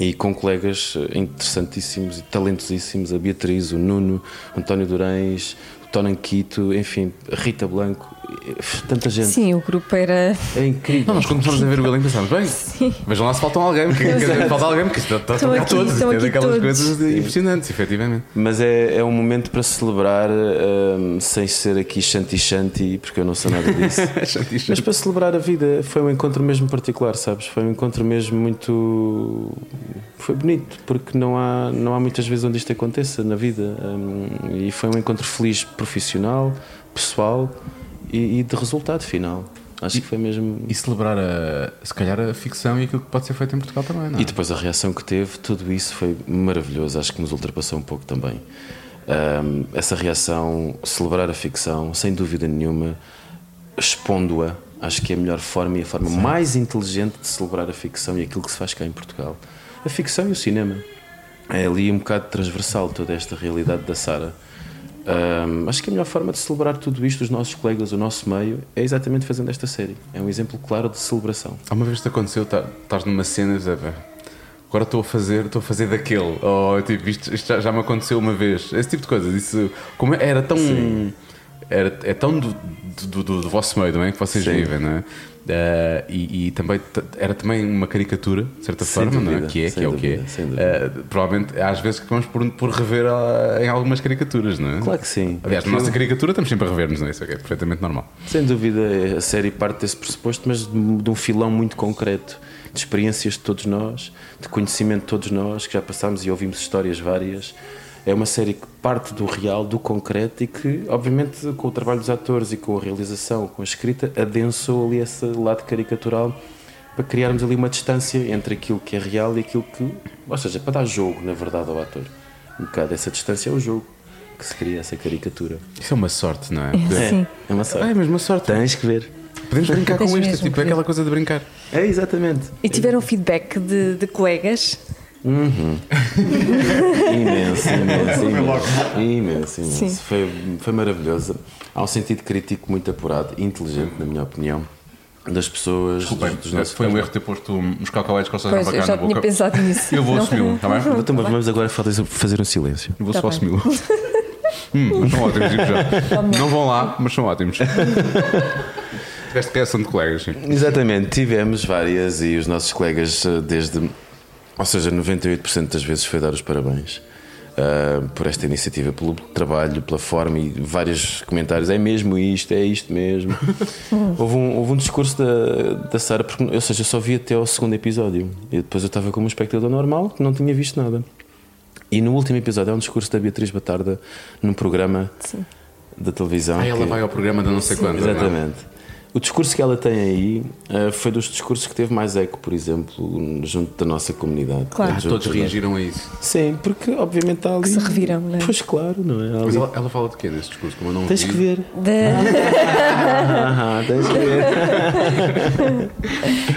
Speaker 4: e com colegas eh, interessantíssimos e talentosíssimos: a Beatriz, o Nuno, o António Durães, o Tonan Quito, enfim, a Rita Blanco, eh, tanta gente.
Speaker 5: Sim, o grupo era.
Speaker 4: É incrível.
Speaker 2: Não, nós quando começamos a ver o elenco pensámos, bem, vejam lá se faltam alguém, porque quer dizer, falta alguém, porque isto está- estão
Speaker 5: Estão
Speaker 2: cá
Speaker 5: aqui,
Speaker 2: todos, isto
Speaker 5: estão
Speaker 2: é
Speaker 5: aqui
Speaker 2: daquelas
Speaker 5: todos.
Speaker 2: coisas impressionantes, efetivamente.
Speaker 4: Mas é, é um momento para celebrar, hum, sem ser aqui chanti-chanti, porque eu não sou nada disso. Mas para celebrar a vida, foi um encontro mesmo particular, sabes? Foi um encontro mesmo muito. Foi bonito, porque não há, não há muitas vezes onde isto aconteça na vida. hum, e foi um encontro feliz profissional, pessoal e, e de resultado final. Acho que foi mesmo.
Speaker 2: E celebrar, a, se calhar, a ficção e aquilo que pode ser feito em Portugal também, não é?
Speaker 4: E depois a reação que teve, tudo isso foi maravilhoso, acho que nos ultrapassou um pouco também. Ahm, essa reação, celebrar a ficção, sem dúvida nenhuma, expondo-a, acho que é a melhor forma e a forma mais inteligente de celebrar a ficção e aquilo que se faz cá em Portugal. A ficção e o cinema. É ali um bocado transversal toda esta realidade da Sara. Ahm, acho que a melhor forma de celebrar tudo isto, os nossos colegas, o nosso meio, é exatamente fazendo esta série. É um exemplo claro de celebração.
Speaker 2: Há uma vez que te aconteceu, tá- estás numa cena, Zé, pá, agora estou a fazer, estou a fazer daquele, ou tipo, isto, isto já, já me aconteceu uma vez, esse tipo de coisas. Isso, como é, era tão. Era, é tão do, do, do- do vosso meio, não é? Que vocês
Speaker 4: Sim.
Speaker 2: vivem, não é? Ah, e, e também t- era também uma caricatura, de certa
Speaker 4: Sem
Speaker 2: forma, não é?
Speaker 4: dúvida,
Speaker 2: Que é, que
Speaker 4: sem
Speaker 2: é o que é.
Speaker 4: dúvida, sem dúvida.
Speaker 2: Ah, provavelmente há às vezes que vamos por, por rever ah, em algumas caricaturas, não é?
Speaker 4: Claro que sim.
Speaker 2: Aliás, na
Speaker 4: Aquilo-
Speaker 2: nossa caricatura estamos sempre a rever-nos, não é? Isso é que é perfeitamente normal.
Speaker 4: Sem dúvida, a série parte desse pressuposto, mas de de um filão muito concreto, de experiências de todos nós, de conhecimento de todos nós, que já passámos e ouvimos histórias várias. É uma série que parte do real, do concreto e que, obviamente, com o trabalho dos atores e com a realização, com a escrita, adensou ali esse lado caricatural para criarmos ali uma distância entre aquilo que é real e aquilo que. Ou seja, para dar jogo, na verdade, ao ator. Um bocado essa distância é o jogo que se cria, essa caricatura.
Speaker 2: Isso é uma sorte, não é?
Speaker 5: Sim.
Speaker 4: É uma sorte.
Speaker 2: Ah, é mesmo uma sorte.
Speaker 4: Tens que ver.
Speaker 2: Podemos brincar com
Speaker 5: Tens
Speaker 2: isto,
Speaker 5: mesmo
Speaker 2: tipo,
Speaker 5: que
Speaker 2: é
Speaker 5: ver.
Speaker 2: aquela coisa de brincar.
Speaker 4: É, exatamente.
Speaker 5: E tiveram
Speaker 2: É.
Speaker 5: feedback de, de colegas?
Speaker 2: Ah,
Speaker 4: Imenso, imenso, imenso. imenso, imenso. Foi, foi maravilhoso. Há um sentido crítico muito apurado, inteligente, na minha opinião, das pessoas.
Speaker 2: Desculpem,
Speaker 4: dos, dos nossos
Speaker 2: foi um erro ter posto uns calcaletes que eles
Speaker 5: Pois,
Speaker 2: para
Speaker 5: eu
Speaker 2: cá
Speaker 5: já
Speaker 2: na
Speaker 5: tinha
Speaker 2: boca.
Speaker 5: pensado nisso.
Speaker 2: Eu vou
Speaker 5: Não. Uhum.
Speaker 2: assumi-lo, está bem? Eu
Speaker 4: Então, mas vamos agora fazer, fazer um silêncio.
Speaker 2: vou
Speaker 5: Tá
Speaker 2: só
Speaker 5: bem. Tá
Speaker 2: assumi-lo. hum, mas são ótimos, digo já. Não vão lá, mas são ótimos. Tiveste reação de colegas, sim.
Speaker 4: Exatamente, tivemos várias e os nossos colegas, eh, desde. Ou seja, 98% das vezes foi dar os parabéns ah, por esta iniciativa, pelo trabalho, pela forma e vários comentários. É mesmo isto, é isto mesmo. houve, um, houve um discurso da, da Sara, porque, ou seja, eu só vi até ao segundo episódio e depois eu estava como um espectador normal que não tinha visto nada. E no último episódio há um discurso da Beatriz Batarda num programa da televisão.
Speaker 2: Ah, ela
Speaker 4: que-
Speaker 2: vai ao programa da não é? sei quando.
Speaker 4: Exatamente. O discurso que ela tem aí eh, foi dos discursos que teve mais eco, por exemplo, junto da nossa comunidade.
Speaker 5: Claro. Ah,
Speaker 4: Junto
Speaker 2: Todos
Speaker 4: da-
Speaker 2: reagiram a isso.
Speaker 4: Sim, porque obviamente está ali.
Speaker 5: se reviram, não é?
Speaker 4: Pois claro, não é? Há
Speaker 2: Mas
Speaker 4: ali-
Speaker 2: ela, ela fala de quê nesse discurso? Como eu não
Speaker 4: Tens
Speaker 2: vi.
Speaker 4: que ver.
Speaker 5: De...
Speaker 4: Ah, tens que ver.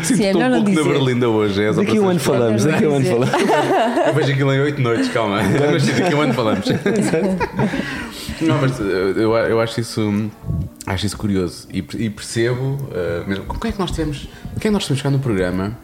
Speaker 5: Sim, é
Speaker 2: Estou um
Speaker 5: melhor não
Speaker 2: pouco na
Speaker 5: dizer.
Speaker 2: Berlinda hoje. É as
Speaker 4: Daqui a um ano
Speaker 2: operações.
Speaker 4: falamos, daqui a um ano
Speaker 5: Quero dizer.
Speaker 4: falamos.
Speaker 2: Eu vejo aquilo em oito noites, calma. Mas sim, daqui a um ano falamos. Não, mas uh, eu, eu acho isso. Acho isso curioso e, per- e percebo. uh, mesmo, com quem é que nós temos? Quem nós temos cá no programa?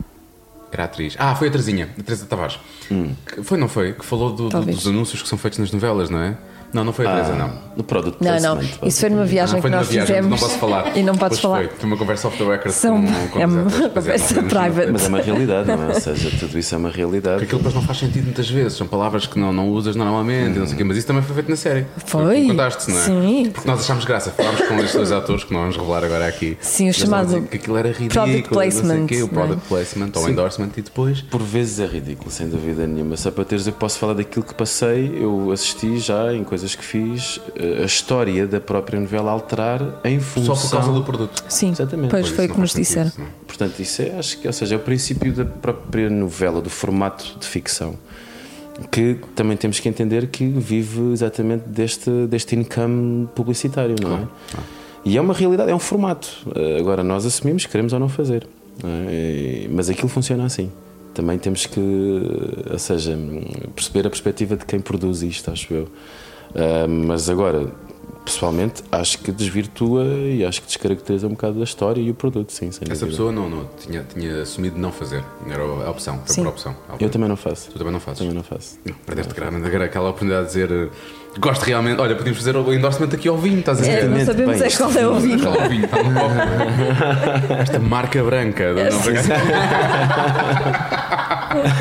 Speaker 2: Era a atriz. Ah, foi a Terezinha, a Teresa Tavares.
Speaker 4: Hum.
Speaker 2: Que foi, não foi? Que falou do- do-
Speaker 5: Talvez.
Speaker 2: dos anúncios que são feitos nas novelas, não é? Não, não foi a Teresa, não.
Speaker 4: No produto
Speaker 5: Não, não. Isso foi numa
Speaker 2: Ah,
Speaker 5: viagem que
Speaker 2: foi numa
Speaker 5: nós
Speaker 2: viagem,
Speaker 5: fizemos.
Speaker 2: não posso falar.
Speaker 5: E não podes
Speaker 2: Pois
Speaker 5: falar.
Speaker 2: Foi, foi uma conversa off the record
Speaker 5: São-
Speaker 2: com, com
Speaker 5: é uma
Speaker 2: os atores. Pois é,
Speaker 5: conversa
Speaker 2: não podemos-
Speaker 5: private.
Speaker 4: Mas é uma realidade, não é? Ou seja, tudo isso é uma realidade.
Speaker 2: Porque aquilo depois não faz sentido muitas vezes, são palavras que não, não usas normalmente, não sei o quê, mas isso também foi feito na série.
Speaker 5: Foi.
Speaker 2: Tu Contaste, não é?
Speaker 5: Sim.
Speaker 2: Porque nós achámos graça, falámos com estes dois atores que não vamos revelar agora aqui.
Speaker 5: Sim, o
Speaker 2: Eles
Speaker 5: chamado
Speaker 2: estavam a dizer que aquilo era ridículo, não
Speaker 5: product
Speaker 2: sei o
Speaker 5: placement,
Speaker 2: quê, o
Speaker 5: não é?
Speaker 2: product placement ou endorsement, e depois.
Speaker 4: Por vezes é ridículo, sem dúvida nenhuma. Só para teres, eu posso falar daquilo que passei, eu assisti já em coisas que fiz, eh, a história da própria novela alterar em
Speaker 2: Só
Speaker 4: função.
Speaker 2: por causa do produto.
Speaker 5: Sim,
Speaker 4: Exatamente.
Speaker 5: pois
Speaker 4: Pois
Speaker 5: foi o
Speaker 2: Isso
Speaker 5: que
Speaker 2: não
Speaker 5: nos
Speaker 2: faz sentido,
Speaker 5: disseram.
Speaker 2: isso não.
Speaker 4: Portanto, isso é, acho que, ou seja, é o princípio da própria novela, do formato de ficção, que também temos que entender que vive exatamente deste, deste income publicitário, não é? E é uma realidade, é um formato. Eh, Agora, nós assumimos, queremos ou não fazer. não é? E- Mas aquilo funciona assim. Também temos que, ou seja, perceber a perspectiva de quem produz isto, acho eu. Ah, mas agora, pessoalmente, acho que desvirtua e acho que descaracteriza um bocado a história e o produto, sim,
Speaker 2: Essa
Speaker 4: sem dúvida.
Speaker 2: pessoa não, não tinha, tinha assumido não fazer. Era a opção, foi
Speaker 5: Sim.
Speaker 2: por opção.
Speaker 4: Eu também não faço.
Speaker 2: Tu também não fazes.
Speaker 4: Também não faço.
Speaker 2: Não, Perdeste claramente agora aquela oportunidade de dizer eh, gosto realmente. Olha, podíamos fazer o endorsement aqui ao vinho, estás a ver?
Speaker 5: É, não
Speaker 4: Exatamente,
Speaker 5: sabemos
Speaker 4: bem,
Speaker 5: é qual é o vinho.
Speaker 2: Aquela vinho, tá no copo. Esta marca branca. da- não, por acaso.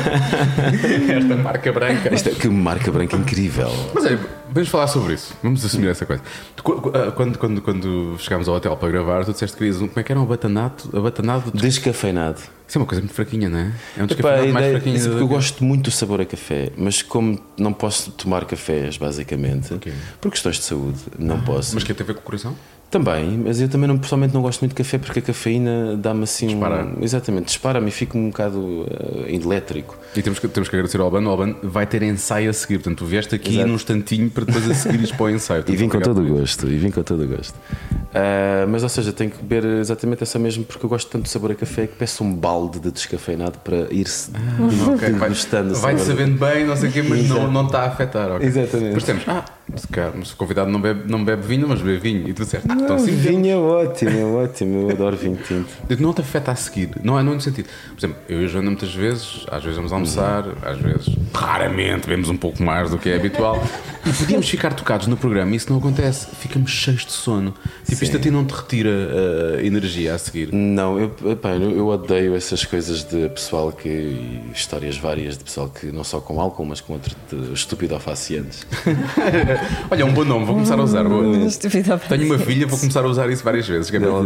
Speaker 2: Esta marca branca.
Speaker 4: Isto é que marca branca incrível.
Speaker 2: Mas olha, vamos falar sobre isso. Vamos assumir essa coisa. Tu, qu- qu- ah, Quando, quando, quando chegámos ao hotel para gravar, tu disseste que querias um. Como é que era? Um abatanato? abatanado de-
Speaker 4: Descafeinado.
Speaker 2: Isso é uma coisa muito fraquinha, não é? É um
Speaker 4: Epá, a
Speaker 2: descafeinado mais
Speaker 4: ideia-
Speaker 2: fraquinho.
Speaker 4: isso porque
Speaker 2: do
Speaker 4: eu
Speaker 2: que-
Speaker 4: gosto muito do sabor a café, mas como não posso tomar cafés, basicamente,
Speaker 2: Ok. Ah,
Speaker 4: por questões de saúde, não posso.
Speaker 2: Mas que tem a ver com o coração?
Speaker 4: Também, mas eu também não, pessoalmente não gosto muito de café porque a cafeína dá-me assim.
Speaker 2: Dispara.
Speaker 4: Um, exatamente, dispara-me e fico um bocado eh, elétrico.
Speaker 2: E temos que, temos que agradecer ao Albano. O Albano vai ter ensaio a seguir. Portanto, tu vieste aqui
Speaker 4: Exato.
Speaker 2: num instantinho para depois a seguir para o ensaio.
Speaker 4: E vim com
Speaker 2: Portanto,
Speaker 4: todo o
Speaker 2: obrigado.
Speaker 4: gosto, e vim com todo o gosto. Ah, mas, ou seja, tenho que beber exatamente essa mesmo porque eu gosto tanto de sabor a café que peço um balde de descafeinado para ir-se
Speaker 2: Ok, vai-
Speaker 4: degustando o
Speaker 2: Vai-te
Speaker 4: sabor.
Speaker 2: sabendo bem, não sei o quê, mas não, não está a afetar. ok.
Speaker 4: Exatamente.
Speaker 2: Depois temos. Ah, Se, cá- mas o convidado não bebe, não bebe vinho, mas bebe vinho. E tu disseste, ah, então sim,
Speaker 4: vinho é ótimo, é ótimo. Eu adoro vinho tinto.
Speaker 2: Eu digo, Não te afeta a seguir, não é não no sentido. Por exemplo, eu e a Joana muitas vezes, às vezes vamos almoçar, às vezes raramente bebemos um pouco mais do que é habitual. E podíamos ficar tocados no programa e isso não acontece. Ficamos cheios de sono. Tipo, isto a ti não te retira a energia a seguir.
Speaker 4: Não, eu, epá, eu, eu odeio essas coisas de pessoal que. e histórias várias de pessoal que não só com álcool, mas com outro de estúpido afaciantes.
Speaker 2: Olha, é um bom nome, vou começar a usar. Vou...
Speaker 5: Estúpido
Speaker 2: Tenho uma filha, vou começar a usar isso várias vezes. Que é para
Speaker 4: Não.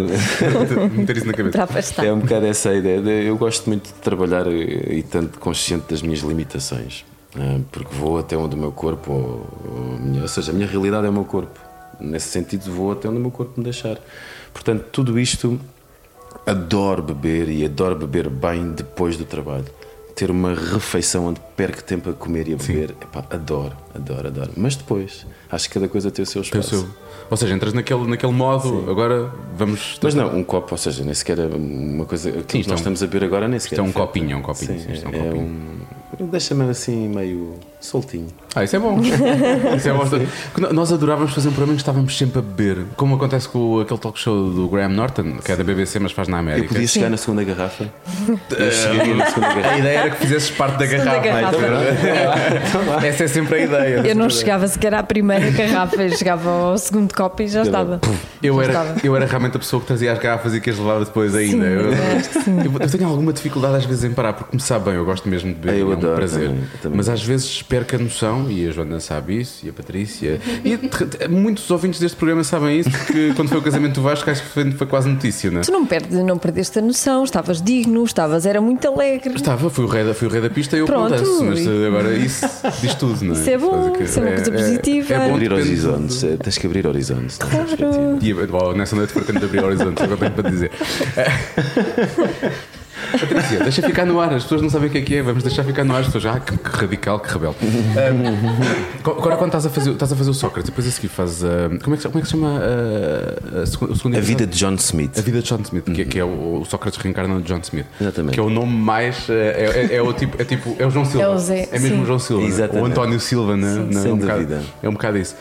Speaker 2: meter isso na
Speaker 5: Para
Speaker 2: cabeça.
Speaker 1: Tá.
Speaker 5: afastar.
Speaker 4: É um bocado essa a ideia. De- Eu gosto muito de trabalhar eh, e tanto consciente das minhas limitações, eh, porque vou até onde o meu corpo, ou, ou a minha- ou seja, a minha realidade é o meu corpo. Nesse sentido, vou até onde o meu corpo me deixar. Portanto, tudo isto adoro beber e adoro beber bem depois do trabalho. Ter uma refeição onde perco tempo a comer e a beber, epá, adoro, adoro, adoro. Mas depois, acho que cada coisa tem o seu
Speaker 2: Tem o
Speaker 4: espaço.
Speaker 2: seu- Ou seja, entras naquele, naquele modo, agora vamos.
Speaker 4: Mas não, um copo, ou seja, nem sequer é uma coisa. Aquilo que
Speaker 2: isto é um-
Speaker 4: nós estamos a beber agora nem sequer.
Speaker 2: Isto é um
Speaker 4: afeta.
Speaker 2: copinho, é um copinho, sim, isto é um copinho.
Speaker 4: um- Deixa-me assim meio soltinho.
Speaker 2: Ah, isso é bom. isso é bom. Que no- Nós adorávamos fazer um programa em que estávamos sempre a beber, como acontece com o- aquele talk show do Graham Norton, que é da BBC, mas faz na
Speaker 4: Eu
Speaker 2: América.
Speaker 4: podia chegar na segunda garrafa. Eu chegaria na segunda garrafa.
Speaker 2: A ideia era que fizesses parte da
Speaker 5: Segunda
Speaker 2: garrafa. Essa é sempre a ideia.
Speaker 5: Eu não chegava sequer à primeira garrafa, eu chegava ao segundo copo e já estava.
Speaker 2: Eu
Speaker 5: Já
Speaker 2: era,
Speaker 5: estava.
Speaker 2: eu era realmente a pessoa que trazia as garrafas e que as levava depois ainda. eu, eu- eu tenho alguma dificuldade às vezes em parar, porque me sabe bem, eu gosto mesmo de beber,
Speaker 4: Ah, Eu
Speaker 2: é um
Speaker 4: adoro
Speaker 2: prazer.
Speaker 4: também, eu também
Speaker 2: Mas às vezes perco a noção, e a Joana sabe isso, e a Patrícia, e de- de- muitos ouvintes deste programa sabem isso, porque quando foi o casamento do Vasco, acho que foi, foi quase notícia, não é?
Speaker 5: Tu não, perdes, não perdeste a noção, estavas digno, estavas, era muito alegre.
Speaker 2: Estava, fui o rei da, fui o rei da pista e eu
Speaker 5: Pronto.
Speaker 2: acontece, mas eh, agora isso diz tudo, não é?
Speaker 5: Isso é bom,
Speaker 2: Faz o quê?
Speaker 5: isso é uma coisa positiva.
Speaker 2: É, bom
Speaker 4: Abrir
Speaker 2: depende-
Speaker 4: horizontes. eh, Tens que abrir horizontes. é? tens uma perspectiva.
Speaker 2: E, bom, nessa noite pretendo abrir horizontes, agora tenho para dizer. Eh, Patrícia, deixa ficar no ar, as pessoas não sabem o que é que é, vamos deixar ficar no ar, as pessoas, ah, que, que radical, que rebelde. Ah, co- agora quando estás a fazer, estás a fazer o Sócrates, depois a seguir fazes. ah, como, é que, se- como é que se chama ah, a segun- o segundo
Speaker 4: A vida
Speaker 2: episódio?
Speaker 4: de John Smith.
Speaker 2: A Vida de John Smith, que, é- que é o, o Sócrates reencarna de John Smith.
Speaker 4: Exatamente.
Speaker 2: Que é o nome mais. eh, É, é, é o tipo, é tipo. É o João Silva.
Speaker 5: É o Zé,
Speaker 2: mesmo
Speaker 5: sim.
Speaker 2: o João Silva. né?
Speaker 4: Exatamente.
Speaker 2: O António Silva, né? Não é?
Speaker 4: Sem
Speaker 2: um bocado-
Speaker 4: dúvida.
Speaker 2: é um bocado isso.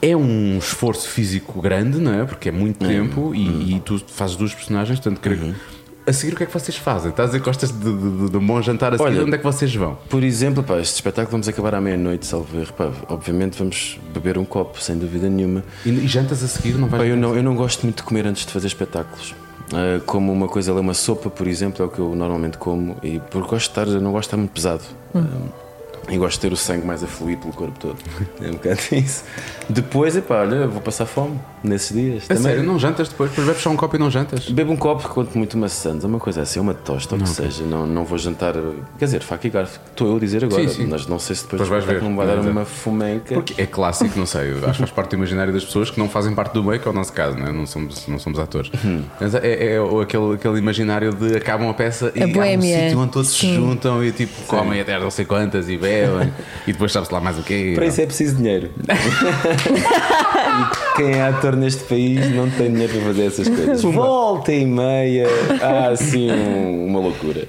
Speaker 2: É um esforço físico grande, não é? Porque é muito tempo e,
Speaker 4: Uhum.
Speaker 2: e tu fazes duas personagens, portanto, creio que- A seguir, o que é que vocês fazem? Estás a dizer que gostas de, de- de um bom jantar a seguir?
Speaker 4: Olha-
Speaker 2: onde é que vocês vão?
Speaker 4: Por exemplo, pá, este espetáculo vamos acabar à meia-noite, salvo erro. Pá, obviamente vamos beber um copo, sem dúvida nenhuma.
Speaker 2: E, e jantas a seguir? Não vais
Speaker 4: Pá, eu, não, eu não gosto muito de comer antes de fazer espetáculos. Ah, como uma coisa, uma sopa, por exemplo, é o que eu normalmente como. E porque gosto de estar, eu não gosto de estar muito pesado. Ah, e gosto de ter o sangue mais a fluir pelo corpo todo. É um bocado isso. Depois, epá, olha, eu vou passar fome nesses dias.
Speaker 2: A
Speaker 4: também.
Speaker 2: É sério, não jantas depois? Depois bebes só um copo e não jantas?
Speaker 4: Bebo um copo, quanto muito maçãs, uma coisa assim, uma tosta, ou o que seja. Não, não vou jantar. Quer dizer, faca e garfo, estou eu a dizer agora.
Speaker 2: Sim, sim.
Speaker 4: Mas não sei se depois
Speaker 2: Pois vais ver.
Speaker 4: não vai dar
Speaker 2: Vais ver.
Speaker 4: uma fomenca.
Speaker 2: Porque é clássico, não sei, eu acho que faz parte do imaginário das pessoas que não fazem parte do meio, que é o nosso caso, não, é? não, somos, não somos atores.
Speaker 4: Uhum.
Speaker 2: Mas é, é o- aquele, aquele imaginário de acabam a peça e
Speaker 5: A
Speaker 2: há um
Speaker 5: boémia.
Speaker 2: sítio onde todos se
Speaker 5: Sim.
Speaker 2: juntam e tipo comem até às não sei quantas e bebem e depois sabe-se lá mais o quê.
Speaker 4: Para isso é preciso dinheiro. e quem é ator neste país não tem dinheiro para fazer essas coisas. Volta e meia há assim um- uma loucura.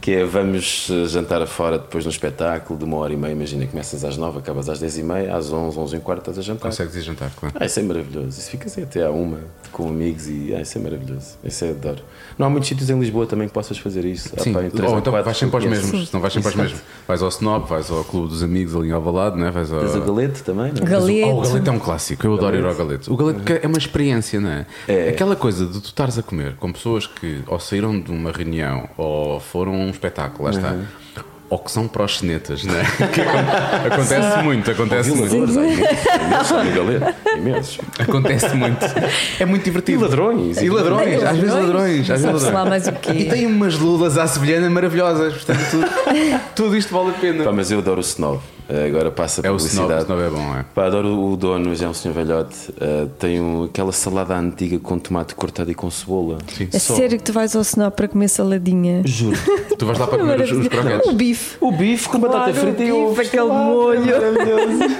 Speaker 4: Que é vamos eh, jantar afora depois num espetáculo de uma hora e meia. Imagina, começas às nove, acabas às dez e meia, às onze, onze e um quarto estás a jantar.
Speaker 2: Consegues ir jantar, claro.
Speaker 4: Ah, isso é maravilhoso. Isso fica assim até à uma com amigos e ah, isso é maravilhoso. Isso é adoro. Não há muitos sítios em Lisboa também que possas fazer isso. Há,
Speaker 2: Sim,
Speaker 4: pá, em três
Speaker 2: ou então
Speaker 4: quatro
Speaker 2: vais sempre aos
Speaker 4: que eu
Speaker 2: mesmos,
Speaker 4: conheço.
Speaker 2: não vais sempre aos
Speaker 4: Exato.
Speaker 2: mesmos. Vais ao Snob, vais ao Clube dos Amigos ali em Alvalade, não é? Vais ao...
Speaker 4: Tens o Galete também, não é?
Speaker 5: Galete.
Speaker 2: Oh, o galete é um clássico, eu adoro ir ao galete. O galete que é uma experiência, não é?
Speaker 4: É.
Speaker 2: Aquela coisa de tu estares a comer com pessoas que ou saíram de uma reunião ou foram a um espetáculo, lá está.
Speaker 4: Uhum.
Speaker 2: Ou que são proxenetas, não é? Que acon- acontece muito, acontece muito.
Speaker 4: Violadores, há imensos, há imensos no Galete, é? imensos.
Speaker 2: Acontece muito. É muito divertido.
Speaker 4: E ladrões.
Speaker 2: E ladrões, às vezes ladrões. Às vezes Então,
Speaker 5: Sabe-se lá
Speaker 2: ladrões.
Speaker 5: mais o quê?
Speaker 2: E tem umas lulas à sevilhana maravilhosas, portanto, tudo, tudo isto vale a
Speaker 4: Pá,
Speaker 2: pena.
Speaker 4: mas eu adoro o Snob. Eh, Agora passa a
Speaker 2: É o snob, o
Speaker 4: publicidade.
Speaker 2: snob é bom, é.
Speaker 4: Pá, adoro o dono, já é um senhor velhote. Ah, tem um- aquela salada antiga com tomate cortado e com cebola. Sim.
Speaker 5: É sério que tu vais ao Snob para comer saladinha?
Speaker 4: Juro.
Speaker 2: Tu vais lá para comer os, os
Speaker 5: o
Speaker 2: croquetes.
Speaker 5: bife,
Speaker 4: O bife com
Speaker 5: Claro,
Speaker 4: batata frita e
Speaker 5: o bife,
Speaker 4: ovos.
Speaker 5: Tá, aquele
Speaker 4: Claro,
Speaker 5: molho.
Speaker 4: é Tá, maravilhoso.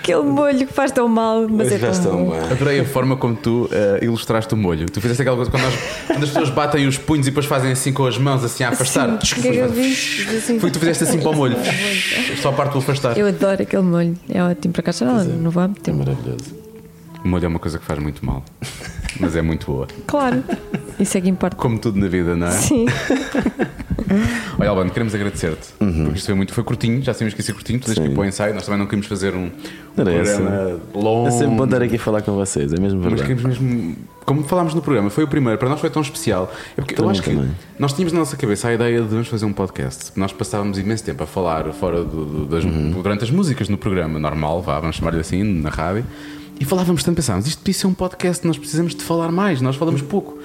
Speaker 5: aquele molho que faz tão mal, mas é
Speaker 4: Mas já
Speaker 5: tão
Speaker 4: estão
Speaker 5: bom.
Speaker 4: bem.
Speaker 2: Adorei a forma como tu eh, ilustraste o molho. Tu fizeste aquela coisa quando, nós- quando as pessoas batem os punhos e depois fazem assim com as mãos, assim a afastar.
Speaker 5: Sim, que é que eu vi? Assim.
Speaker 2: Foi o que tu fizeste assim para o molho. Só parte do afastar.
Speaker 5: Eu adoro aquele molho. É ótimo para cá. Não, não vou há muito
Speaker 4: É
Speaker 5: tempo.
Speaker 4: maravilhoso.
Speaker 2: Molho é uma coisa que faz muito mal, mas é muito boa.
Speaker 5: Claro. Isso é que importa.
Speaker 2: Como tudo na vida, não é?
Speaker 5: Sim.
Speaker 2: Olha, Albano, queremos agradecer-te. Porque isto foi muito. Foi curtinho, já sabíamos que ia ser curtinho. Tu deixas que ir para o ensaio. Nós também não queríamos fazer um, um
Speaker 4: Era esse,
Speaker 2: programa
Speaker 4: É sempre bom
Speaker 2: longo.
Speaker 4: estar aqui a falar com vocês, é mesmo
Speaker 2: Um- Mas
Speaker 4: verdade.
Speaker 2: queremos mesmo. Como falámos no programa, foi o primeiro, para nós foi tão especial. É porque eu
Speaker 4: Também,
Speaker 2: acho que
Speaker 4: também.
Speaker 2: nós tínhamos na nossa cabeça a ideia de vamos fazer um podcast. Nós passávamos imenso tempo a falar fora do- do- das, durante as músicas no programa, normal, vá, vamos chamar-lhe assim, na rádio. E falávamos tanto, pensávamos, isto podia ser um podcast, nós precisamos de falar mais, nós falamos pouco.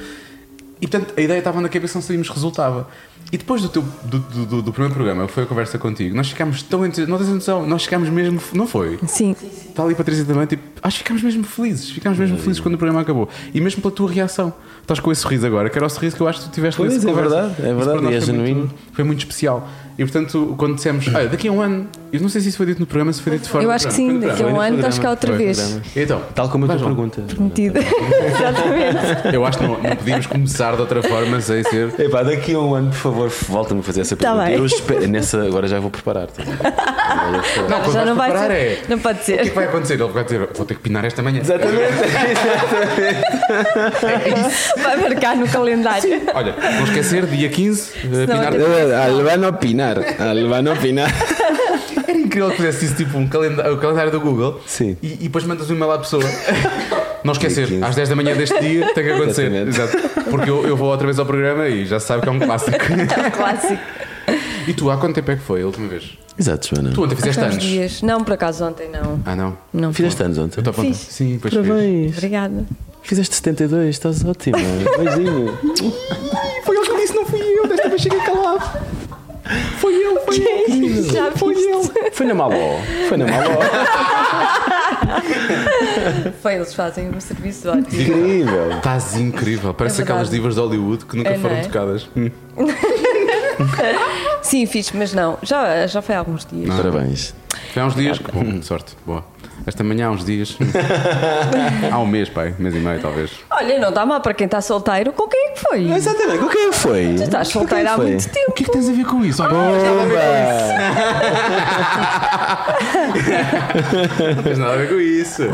Speaker 2: E portanto, a ideia estava na cabeça, não sabíamos que resultava. E depois do, teu, do, do- do- do primeiro programa, foi a conversa contigo, nós ficámos tão entusiasmados, não tens noção, nós ficámos mesmo, não foi?
Speaker 5: Sim.
Speaker 2: Está ali a Patrícia também, tipo, acho que ficámos mesmo felizes, ficámos mesmo felizes quando o programa acabou. E mesmo pela tua reação. Estás com esse sorriso agora, que era o sorriso que eu acho que tu tiveste
Speaker 4: Pois,
Speaker 2: nessa
Speaker 4: é
Speaker 2: conversa.
Speaker 4: verdade, é
Speaker 2: Isso
Speaker 4: verdade,
Speaker 2: para nós
Speaker 4: e é
Speaker 2: foi muito-
Speaker 4: genuíno.
Speaker 2: foi muito especial. E portanto, quando dissemos, "Ah, daqui a um ano, eu não sei se isso foi dito no programa, se foi dito fora
Speaker 5: Eu
Speaker 2: do
Speaker 5: acho que
Speaker 2: programa.
Speaker 5: sim.
Speaker 2: Foi no
Speaker 5: Daqui a um
Speaker 2: programa.
Speaker 5: ano estás cá outra
Speaker 2: Foi no
Speaker 5: vez.
Speaker 4: programa.
Speaker 2: Então,
Speaker 4: Tal como a
Speaker 2: Vai,
Speaker 4: tua
Speaker 2: João.
Speaker 4: pergunta.
Speaker 5: Metido. Exatamente.
Speaker 2: eu acho que não, não podíamos começar de outra forma é sem ser.
Speaker 4: Epá, daqui a um ano, por favor, volta-me a fazer essa
Speaker 5: Tá
Speaker 4: pergunta.
Speaker 5: bem.
Speaker 4: Eu espero, nessa, agora já vou preparar. tá bem? Agora vou preparar.
Speaker 2: Não,
Speaker 5: Já não vai
Speaker 2: parar
Speaker 5: ser.
Speaker 2: é.
Speaker 5: Não pode
Speaker 2: O que é que
Speaker 5: ser.
Speaker 2: vai acontecer? Ele vai dizer, vou ter que pinar esta manhã.
Speaker 5: Vai marcar no calendário.
Speaker 2: Olha, não esquecer, dia 15, eh, pinar.
Speaker 4: Albano opinar, Albano opinar.
Speaker 2: Era incrível que fizesse isso, tipo um calenda- o calendário do Google
Speaker 4: Sim.
Speaker 2: E, e depois mandas um e-mail à pessoa. Não esquecer,
Speaker 4: 15.
Speaker 2: às 10 da manhã deste dia tem que acontecer.
Speaker 4: Exatamente.
Speaker 2: Exato. Porque eu, eu vou outra vez ao programa e já se sabe que é um clássico.
Speaker 5: É um clássico.
Speaker 2: E tu, há quanto tempo é que foi a última vez?
Speaker 4: Exato, Joana.
Speaker 2: Tu ontem fizeste
Speaker 5: Há uns
Speaker 2: anos.
Speaker 5: dias. Não, por acaso ontem não.
Speaker 2: Ah, não.
Speaker 5: Não.
Speaker 4: Fizeste anos
Speaker 2: Eu
Speaker 4: ontem?
Speaker 2: estou a apontar.
Speaker 5: Fiz.
Speaker 2: Sim, pois fez.
Speaker 4: Parabéns.
Speaker 5: Obrigada.
Speaker 4: Fizeste 72, estás ótimo. Beijinho.
Speaker 2: Foi ele que disse, não fui eu, desta vez cheguei calado. Foi ele, foi ele.
Speaker 5: Já
Speaker 2: Foi
Speaker 5: viste?
Speaker 2: ele.
Speaker 4: Foi na Maló. Foi na Maló.
Speaker 5: Foi, eles fazem um serviço ótimo.
Speaker 4: Incrível.
Speaker 2: Estás incrível, parece
Speaker 5: É
Speaker 2: aquelas
Speaker 5: verdade.
Speaker 2: divas de Hollywood que nunca
Speaker 5: É, não
Speaker 2: foram
Speaker 5: é?
Speaker 2: tocadas. Hum.
Speaker 5: Sim, fiz, mas não. Já, já foi há alguns dias.
Speaker 4: Parabéns.
Speaker 2: Foi há uns dias. que Bom, sorte, boa. Esta manhã há uns dias. há um mês, pai, mês e meio, talvez.
Speaker 5: Olha, não dá mal para quem está solteiro. Com quem é que foi?
Speaker 4: Exatamente, com quem foi?
Speaker 5: Tu estás solteiro há muito tempo.
Speaker 2: O que é que tens a ver com isso?
Speaker 4: Oba!
Speaker 2: não tens nada a ver com isso. é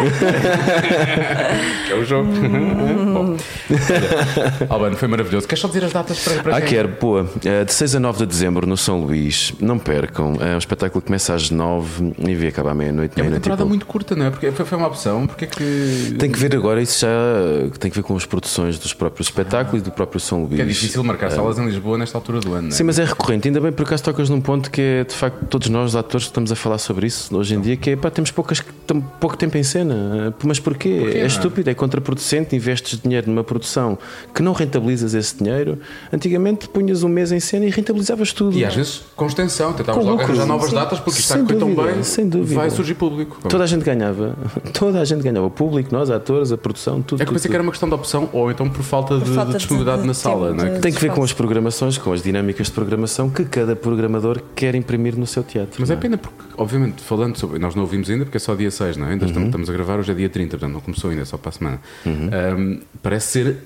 Speaker 2: o jogo.
Speaker 4: Hum.
Speaker 2: Bom, olha, Albano, foi maravilhoso. Queres só dizer as datas para, para
Speaker 4: Ah,
Speaker 2: quem?
Speaker 4: quero, boa. Eh, De 6 a 9 de dezembro no São Luís, não percam. É um espetáculo que começa às 9 e vê acabar à meia-noite.
Speaker 2: É uma
Speaker 4: meia-noite e
Speaker 2: temporada
Speaker 4: pouco.
Speaker 2: muito curta, não é? Porque foi, foi uma opção. Porque é que.
Speaker 4: Tem que ver agora, isso já eh, tem que ver com as produções dos próprios espetáculos e do próprio São Luís.
Speaker 2: que é difícil marcar salas em Lisboa nesta altura do ano, não é?
Speaker 4: Sim, mas é recorrente. Ainda bem por acaso tocas num ponto que é de facto todos nós, os atores, estamos a falar sobre isso hoje em dia, que é pá, temos poucas, tam- pouco tempo em cena. Eh, Mas porquê?
Speaker 2: não é?
Speaker 4: é estúpido, é contraproducente, investes dinheiro numa produção que não rentabilizas esse dinheiro. Antigamente punhas um mês em cena e rentabilizavas tudo.
Speaker 2: E às vezes com extensão, tentávamos
Speaker 4: Com
Speaker 2: logo
Speaker 4: lucro,
Speaker 2: arranjar novas
Speaker 4: sim.
Speaker 2: datas porque isto está a
Speaker 4: Sem
Speaker 2: correr tão
Speaker 4: dúvida,
Speaker 2: bem.
Speaker 4: sem dúvida.
Speaker 2: Vai surgir público. É
Speaker 4: Toda a gente ganhava. Toda a gente ganhava. O público, nós, atores, a produção, tudo.
Speaker 2: É que eu
Speaker 4: tudo,
Speaker 2: pensei que era uma questão de opção ou então por falta de,
Speaker 5: falta
Speaker 2: de
Speaker 5: de-
Speaker 2: disponibilidade
Speaker 5: de
Speaker 2: na sala,
Speaker 5: tempo
Speaker 2: não é?
Speaker 5: de-
Speaker 4: Tem que ver com as programações, com as dinâmicas de programação que cada programador quer imprimir no seu teatro.
Speaker 2: Mas é
Speaker 4: não
Speaker 2: pena porque, obviamente, falando sobre. Nós não ouvimos ainda porque é só dia 6, não é? Ainda
Speaker 4: Uhum.
Speaker 2: estamos, estamos a gravar, hoje é dia 30, portanto não começou ainda, é só para a semana. Ahm, parece ser,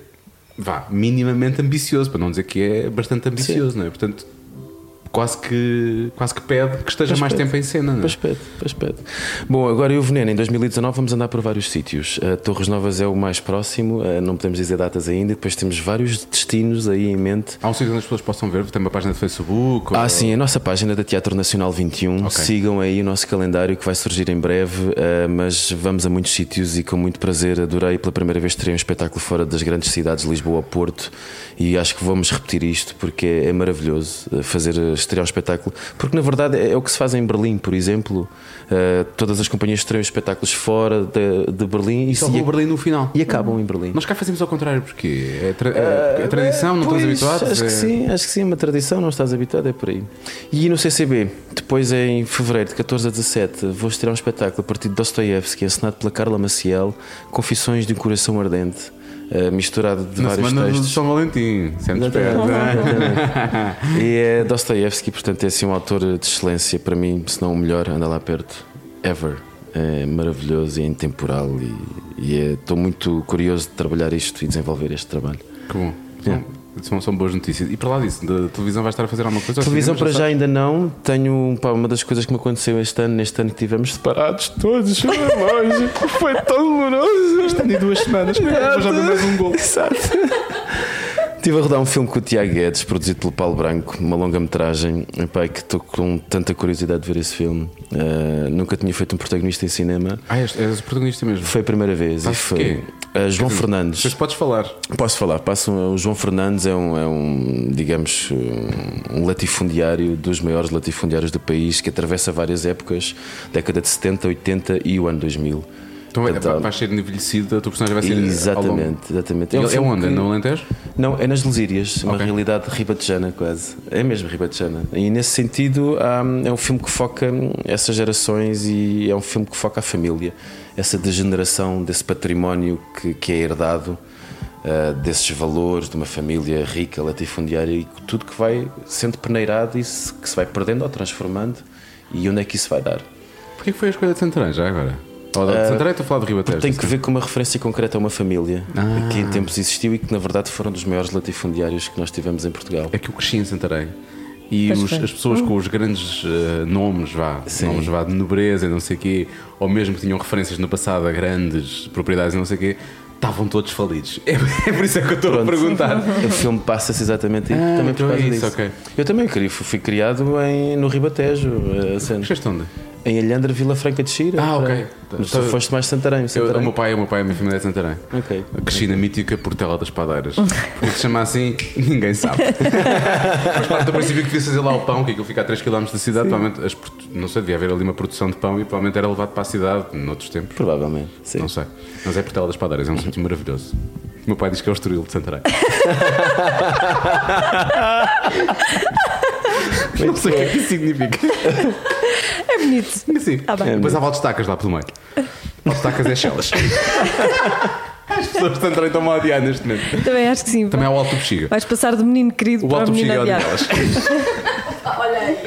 Speaker 2: vá, minimamente ambicioso, para não dizer que é bastante ambicioso, não é? Portanto, quase que, quase que pede que esteja
Speaker 4: Pois
Speaker 2: mais
Speaker 4: pede.
Speaker 2: tempo em cena, não é?
Speaker 4: Pois pede, pois pede. Bom, agora e o Veneno, em 2019 vamos andar por vários sítios. Uh, Torres Novas é o mais próximo, uh, não podemos dizer datas ainda, e depois temos vários destinos aí em mente.
Speaker 2: Há um sítio onde as pessoas possam ver, tem uma página de Facebook.
Speaker 4: Ah,
Speaker 2: ou-
Speaker 4: sim, a nossa página da Teatro Nacional 21.
Speaker 2: Tipo, Ok.
Speaker 4: Sigam aí o nosso calendário que vai surgir em breve, eh, mas vamos a muitos sítios e com muito prazer adorei. Pela primeira vez terei um espetáculo fora das grandes cidades, Lisboa ou Porto, e acho que vamos repetir isto porque é, é maravilhoso eh, fazer eh, estrear um espetáculo. Porque na verdade é, é o que se faz em Berlim, por exemplo. Eh, todas as companhias estreiam espetáculos fora de, de Berlim e,
Speaker 2: Só
Speaker 4: se-
Speaker 2: vou a Berlim no final.
Speaker 4: e acabam em Berlim.
Speaker 2: Nós cá fazemos ao contrário, porque é, tra- é- é tradição, não estamos
Speaker 4: Ah, Pois,
Speaker 2: habituados.
Speaker 4: Acho
Speaker 2: é-
Speaker 4: que sim, acho que sim, é uma tradição, não estás habituado, é por aí. E no CCB, depois em fevereiro de 14 a 17, vou estrear um espetáculo a partir de Dostoiévski, assinado pela Carla Maciel, Confissões de um Coração Ardente, eh, misturado de
Speaker 2: Na
Speaker 4: vários
Speaker 2: semana do
Speaker 4: textos.
Speaker 2: São Valentim, sempre é? esperto.
Speaker 4: Exatamente. e é Dostoiévski, portanto, é assim um autor de excelência, para mim, se não o melhor, anda lá perto. Ever. É maravilhoso e é intemporal e- e é- estou muito curioso de trabalhar isto e desenvolver este trabalho.
Speaker 2: Que bom.
Speaker 4: Yeah.
Speaker 2: São, são boas notícias. E para lá disso, da televisão vai estar a fazer alguma coisa? Ou
Speaker 4: Televisão para
Speaker 2: cinema,
Speaker 4: já ainda não. Tenho um, pá, uma das coisas que me aconteceu este ano, neste ano que tivemos separados todos, foi longe, foi tão doloroso. Este ano e duas semanas,
Speaker 2: já deu mais um gol.
Speaker 4: Exato. Estive a rodar um filme com o Tiago Guedes, produzido pelo Paulo Branco, uma longa-metragem. Epá, é que estou com tanta curiosidade de ver esse filme. Ah, nunca tinha feito um protagonista em cinema.
Speaker 2: Ah, és, és o protagonista mesmo.
Speaker 4: Foi a primeira vez e
Speaker 2: Fazes
Speaker 4: foi.
Speaker 2: quê?
Speaker 4: Ah, João Fernandes.
Speaker 2: Mas podes falar.
Speaker 4: Posso falar, passa um- o João Fernandes é um, é um, digamos, um um latifundiário dos maiores latifundiários do país que atravessa várias épocas, década de 70, 80 e o ano 2000.
Speaker 2: Então, é,
Speaker 4: Então,
Speaker 2: vai ser envelhecida, a tua personagem vai ser. eh, ao longo.
Speaker 4: exatamente, exatamente. um
Speaker 2: Ele é
Speaker 4: filme
Speaker 2: onde?
Speaker 4: que-
Speaker 2: Não Alentejo?
Speaker 4: Não, é nas Lesírias, uma
Speaker 2: Ok.
Speaker 4: realidade ribatejana quase. É mesmo ribatejana. E nesse sentido, há- é um filme que foca essas gerações e é um filme que foca a família. Essa degeneração desse património que, que é herdado, ah, desses valores de uma família rica, latifundiária e tudo que vai sendo peneirado e se- que se vai perdendo ou transformando e onde é que isso vai dar.
Speaker 2: Porquê que foi a escolha de Santarém já agora? Ou de Santarém estou a falar de Ribatejo?
Speaker 4: Eh, Tem que
Speaker 2: assim.
Speaker 4: ver com uma referência concreta a uma família que em tempos existiu e que na verdade foram dos maiores latifundiários que nós tivemos em Portugal.
Speaker 2: É que eu cresci em Santarém. E
Speaker 5: Pois
Speaker 2: os-
Speaker 5: foi. Hum.
Speaker 2: as pessoas com os grandes eh, nomes, vá,
Speaker 4: Sim.
Speaker 2: nomes vá de nobreza e não sei o quê, ou mesmo que tinham referências no passado a grandes propriedades e não sei o quê, estavam todos falidos. É, por isso é que eu estou a
Speaker 4: Pronto.
Speaker 2: perguntar.
Speaker 4: O filme passa-se exatamente aí,
Speaker 2: Ah,
Speaker 4: também por
Speaker 2: então
Speaker 4: causa
Speaker 2: é isso,
Speaker 4: disso.
Speaker 2: ok.
Speaker 4: Eu também queria, fui, fui criado em, no Ribatejo, eh, sendo-
Speaker 2: Cresceste onde?
Speaker 4: em Alhandra, Vila Franca de Xira.
Speaker 2: Ah,
Speaker 4: para-
Speaker 2: ok.
Speaker 4: Mas
Speaker 2: Tá-
Speaker 4: tu foste mais Santarém,
Speaker 2: Eu, o
Speaker 4: Santarém.
Speaker 2: meu pai, o meu pai, a minha família é de Santarém.
Speaker 4: Ok.
Speaker 2: Cresci na mítica Portela das Padeiras. Porque se chama assim, ninguém sabe. Mas então, parte do princípio que devia fazer lá o pão, que aquilo fica a 3 km da cidade, provavelmente, as produ- não sei, devia haver ali uma produção de pão e provavelmente era levado para a cidade, noutros tempos.
Speaker 4: Provavelmente, sim.
Speaker 2: Não sei. Mas é Portela das Padeiras, é um sítio maravilhoso. O meu pai diz que é o Estoril de Santarém. não sei o que é que isso significa.
Speaker 5: É bonito.
Speaker 2: Sim.
Speaker 4: Ah,
Speaker 5: bem.
Speaker 2: Depois há valdes-tacas lá pelo meio. Valdes-tacas é chelas. As pessoas de Santarém estão-me a odiar neste momento.
Speaker 5: Também acho que sim.
Speaker 2: Também há o Alto do Bexiga.
Speaker 5: Vais passar do menino querido
Speaker 2: O
Speaker 5: para
Speaker 2: Alto
Speaker 5: o
Speaker 2: do Bexiga
Speaker 5: menino
Speaker 2: é
Speaker 5: adiado.
Speaker 2: odiá-las. Olha aí.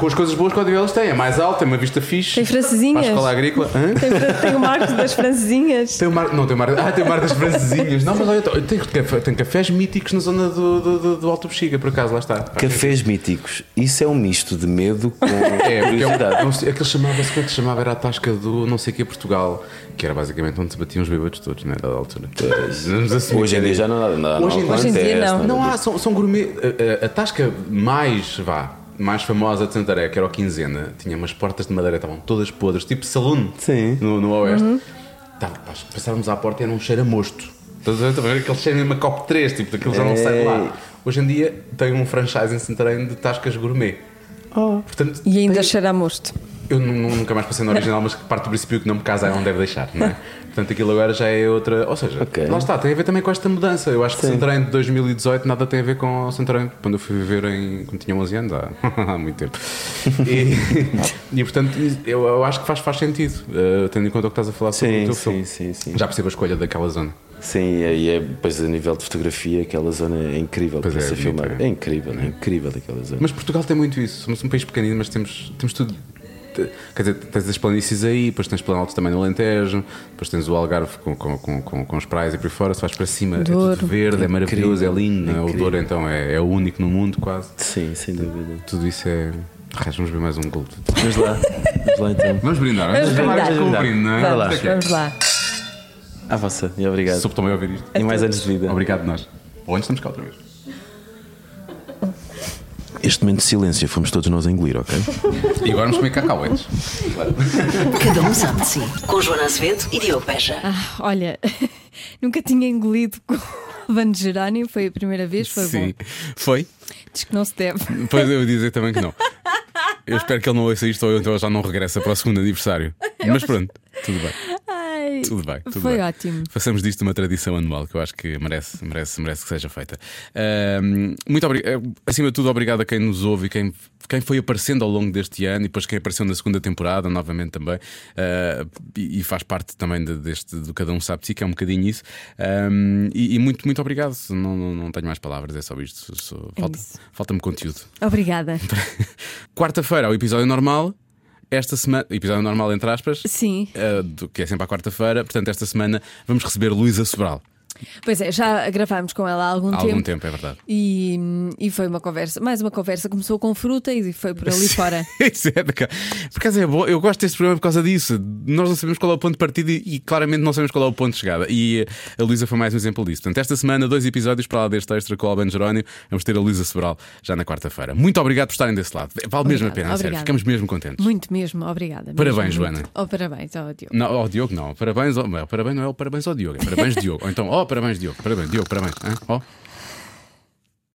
Speaker 2: Com as coisas boas que o Odivelas tem. É mais alto, tem uma vista fixe.
Speaker 5: Tem francesinhas.
Speaker 2: Para a escola agrícola. Hã?
Speaker 5: Tem, tem o Marcos das Francesinhas.
Speaker 2: Tem o mar, não, tem o mar, ah, tem o mar das francesinhas. Não, mas olha, então, tem, café- tem cafés míticos na zona do, do, do, do Alto Bexiga, por acaso, lá está.
Speaker 4: Cafés míticos. Isso é um misto de medo com
Speaker 2: É, porque é um,
Speaker 4: curiosidade.
Speaker 2: é um, aquele chamava-se, como é que se chamava? Era a tasca do não sei o que Portugal, que era basicamente onde se batiam os bêbados todos, né? Da altura. Vamos assumir
Speaker 4: Hoje em
Speaker 2: que era
Speaker 4: dia já não há é? nada.
Speaker 2: Hoje em dia- Hoje em
Speaker 5: dia não.
Speaker 2: Não
Speaker 4: há.
Speaker 2: há, são, são gourmet. eh, A, a- a tasca mais, vá, mais famosa de Santaré, que era o Quinzena, tinha umas portas de madeira, estavam todas podres, tipo saloon
Speaker 4: Sim.
Speaker 2: no, no Oeste. Tava, pá, passávamos à porta e era um cheiro a mosto. Estás a ver? Estás a ver? Aquele cheiro mesmo a copo 3, tipo, daquilo já não sai lá. Hoje em dia tem um franchise em Santarém de tascas gourmet. Portanto,
Speaker 5: E ainda cheira a mosto.
Speaker 2: eu nu- nu- nunca mais passei no original, mas que parte do princípio que não me casa é onde deve deixar, não é? Portanto, aquilo agora já é outra. Ou seja,
Speaker 4: Ok.
Speaker 2: lá está, tem a ver também com esta mudança. Eu acho que o Santarém de 2018 nada tem a ver com o Santarém quando eu fui viver em. quando tinha 11 anos, há, há muito tempo. E, e, portanto, eu, eu acho que faz, faz sentido, eh, tendo em conta o que estás a falar sobre o
Speaker 4: Sim,
Speaker 2: teu
Speaker 4: sim,
Speaker 2: filme.
Speaker 4: sim, sim.
Speaker 2: Já percebo a escolha daquela zona.
Speaker 4: Sim, e aí é, pois a nível de fotografia, aquela zona é incrível
Speaker 2: Pois
Speaker 4: para
Speaker 2: é,
Speaker 4: ser
Speaker 2: é bonito,
Speaker 4: filmada.
Speaker 2: é.
Speaker 4: É incrível, é incrível aquela zona.
Speaker 2: Mas Portugal tem muito isso. Somos um país pequenino, mas temos, temos tudo. Te- Quer dizer, tens as planícies aí, depois tens Planalto também no Alentejo, depois tens o Algarve com, com, com, com, com os praias e por aí fora. Se vais para cima, é tudo
Speaker 5: Douro.
Speaker 2: verde, é maravilhoso, é
Speaker 4: Incrível,
Speaker 2: lindo. não é? O
Speaker 4: incrível.
Speaker 2: Douro, então, é, é o único no mundo, quase.
Speaker 4: Sim, sem dúvida.
Speaker 2: Tudo isso é. Arras, vamos ver mais um gol.
Speaker 4: Vamos lá, vamos lá então.
Speaker 2: Vamos brindar, vamos,
Speaker 5: brindar.
Speaker 2: acabar isto com um brinde, não é? Isto
Speaker 5: Vamos,
Speaker 2: é que é.
Speaker 5: vamos lá.
Speaker 4: À vossa, e obrigado.
Speaker 2: Soube também ouvir isto.
Speaker 4: E mais anos de vida.
Speaker 2: Obrigado, nós. Ou antes estamos cá outra vez.
Speaker 4: Este momento de silêncio fomos todos nós a engolir, ok?
Speaker 2: E agora vamos comer é cacauetes.
Speaker 3: Cada um sabe de si. Com Joana Azevedo e Diogo Beja.
Speaker 1: Ah, olha, nunca tinha engolido com o Van de Gerânio, foi a primeira vez, foi
Speaker 2: Sim,
Speaker 1: bom.
Speaker 2: foi.
Speaker 1: Diz que não se deve.
Speaker 2: Pois eu ia dizer também que não. Eu espero que ele não ouça isto ou então ele já não regressa para o segundo aniversário. Mas pronto, tudo bem,
Speaker 1: Ai,
Speaker 2: tudo bem. Tudo
Speaker 1: foi
Speaker 2: bem.
Speaker 1: ótimo.
Speaker 2: Façamos disto uma tradição anual que eu acho que merece, merece, merece que seja feita. Ahm, muito obrigado. Acima de tudo, obrigado a quem nos ouve e quem, quem foi aparecendo ao longo deste ano e depois quem apareceu na segunda temporada, novamente também. Ah, e, e faz parte também de- deste do Cada Um Sabe de Si, que é um bocadinho isso. Ahm, e, e muito, muito obrigado. Não, não, não tenho mais palavras, é só isto. Só- falta-
Speaker 1: isso.
Speaker 2: Falta-me conteúdo.
Speaker 1: Obrigada.
Speaker 2: Quarta-feira, o episódio normal. Esta semana, episódio normal entre aspas,
Speaker 1: Sim.
Speaker 2: eh, do- que é sempre à quarta-feira. Portanto, esta semana vamos receber Luísa Sobral.
Speaker 1: Pois é, já gravámos com ela há algum
Speaker 2: Há
Speaker 1: tempo.
Speaker 2: algum tempo, é verdade.
Speaker 1: E, e foi uma conversa, mais uma conversa. Começou com fruta e foi por ali fora.
Speaker 2: Isso é da ca- Por acaso é bom, eu gosto deste programa por causa disso. Nós não sabemos qual é o ponto de partida e, e claramente não sabemos qual é o ponto de chegada. E eh, a Luísa foi mais um exemplo disso. Portanto, esta semana, dois episódios para lá deste extra com o Alban Jerónimo. Vamos ter a Luísa Sobral já na quarta-feira. Muito obrigado por estarem desse lado. Vale mesmo a
Speaker 1: Obrigada,
Speaker 2: pena, a sério.
Speaker 1: obrigada.
Speaker 2: Ficamos mesmo contentes.
Speaker 1: Muito mesmo, obrigada.
Speaker 2: Parabéns,
Speaker 1: mesmo, muito.
Speaker 2: Joana.
Speaker 1: Oh, parabéns, ó Diogo.
Speaker 2: Não, oh, ao Diogo oh, não. Parabéns, ao, não, parabéns não é o parabéns ao Diogo, é parabéns Diogo. Ou então, ó, parabéns Diogo, parabéns Diogo, parabéns. Hã? Ó.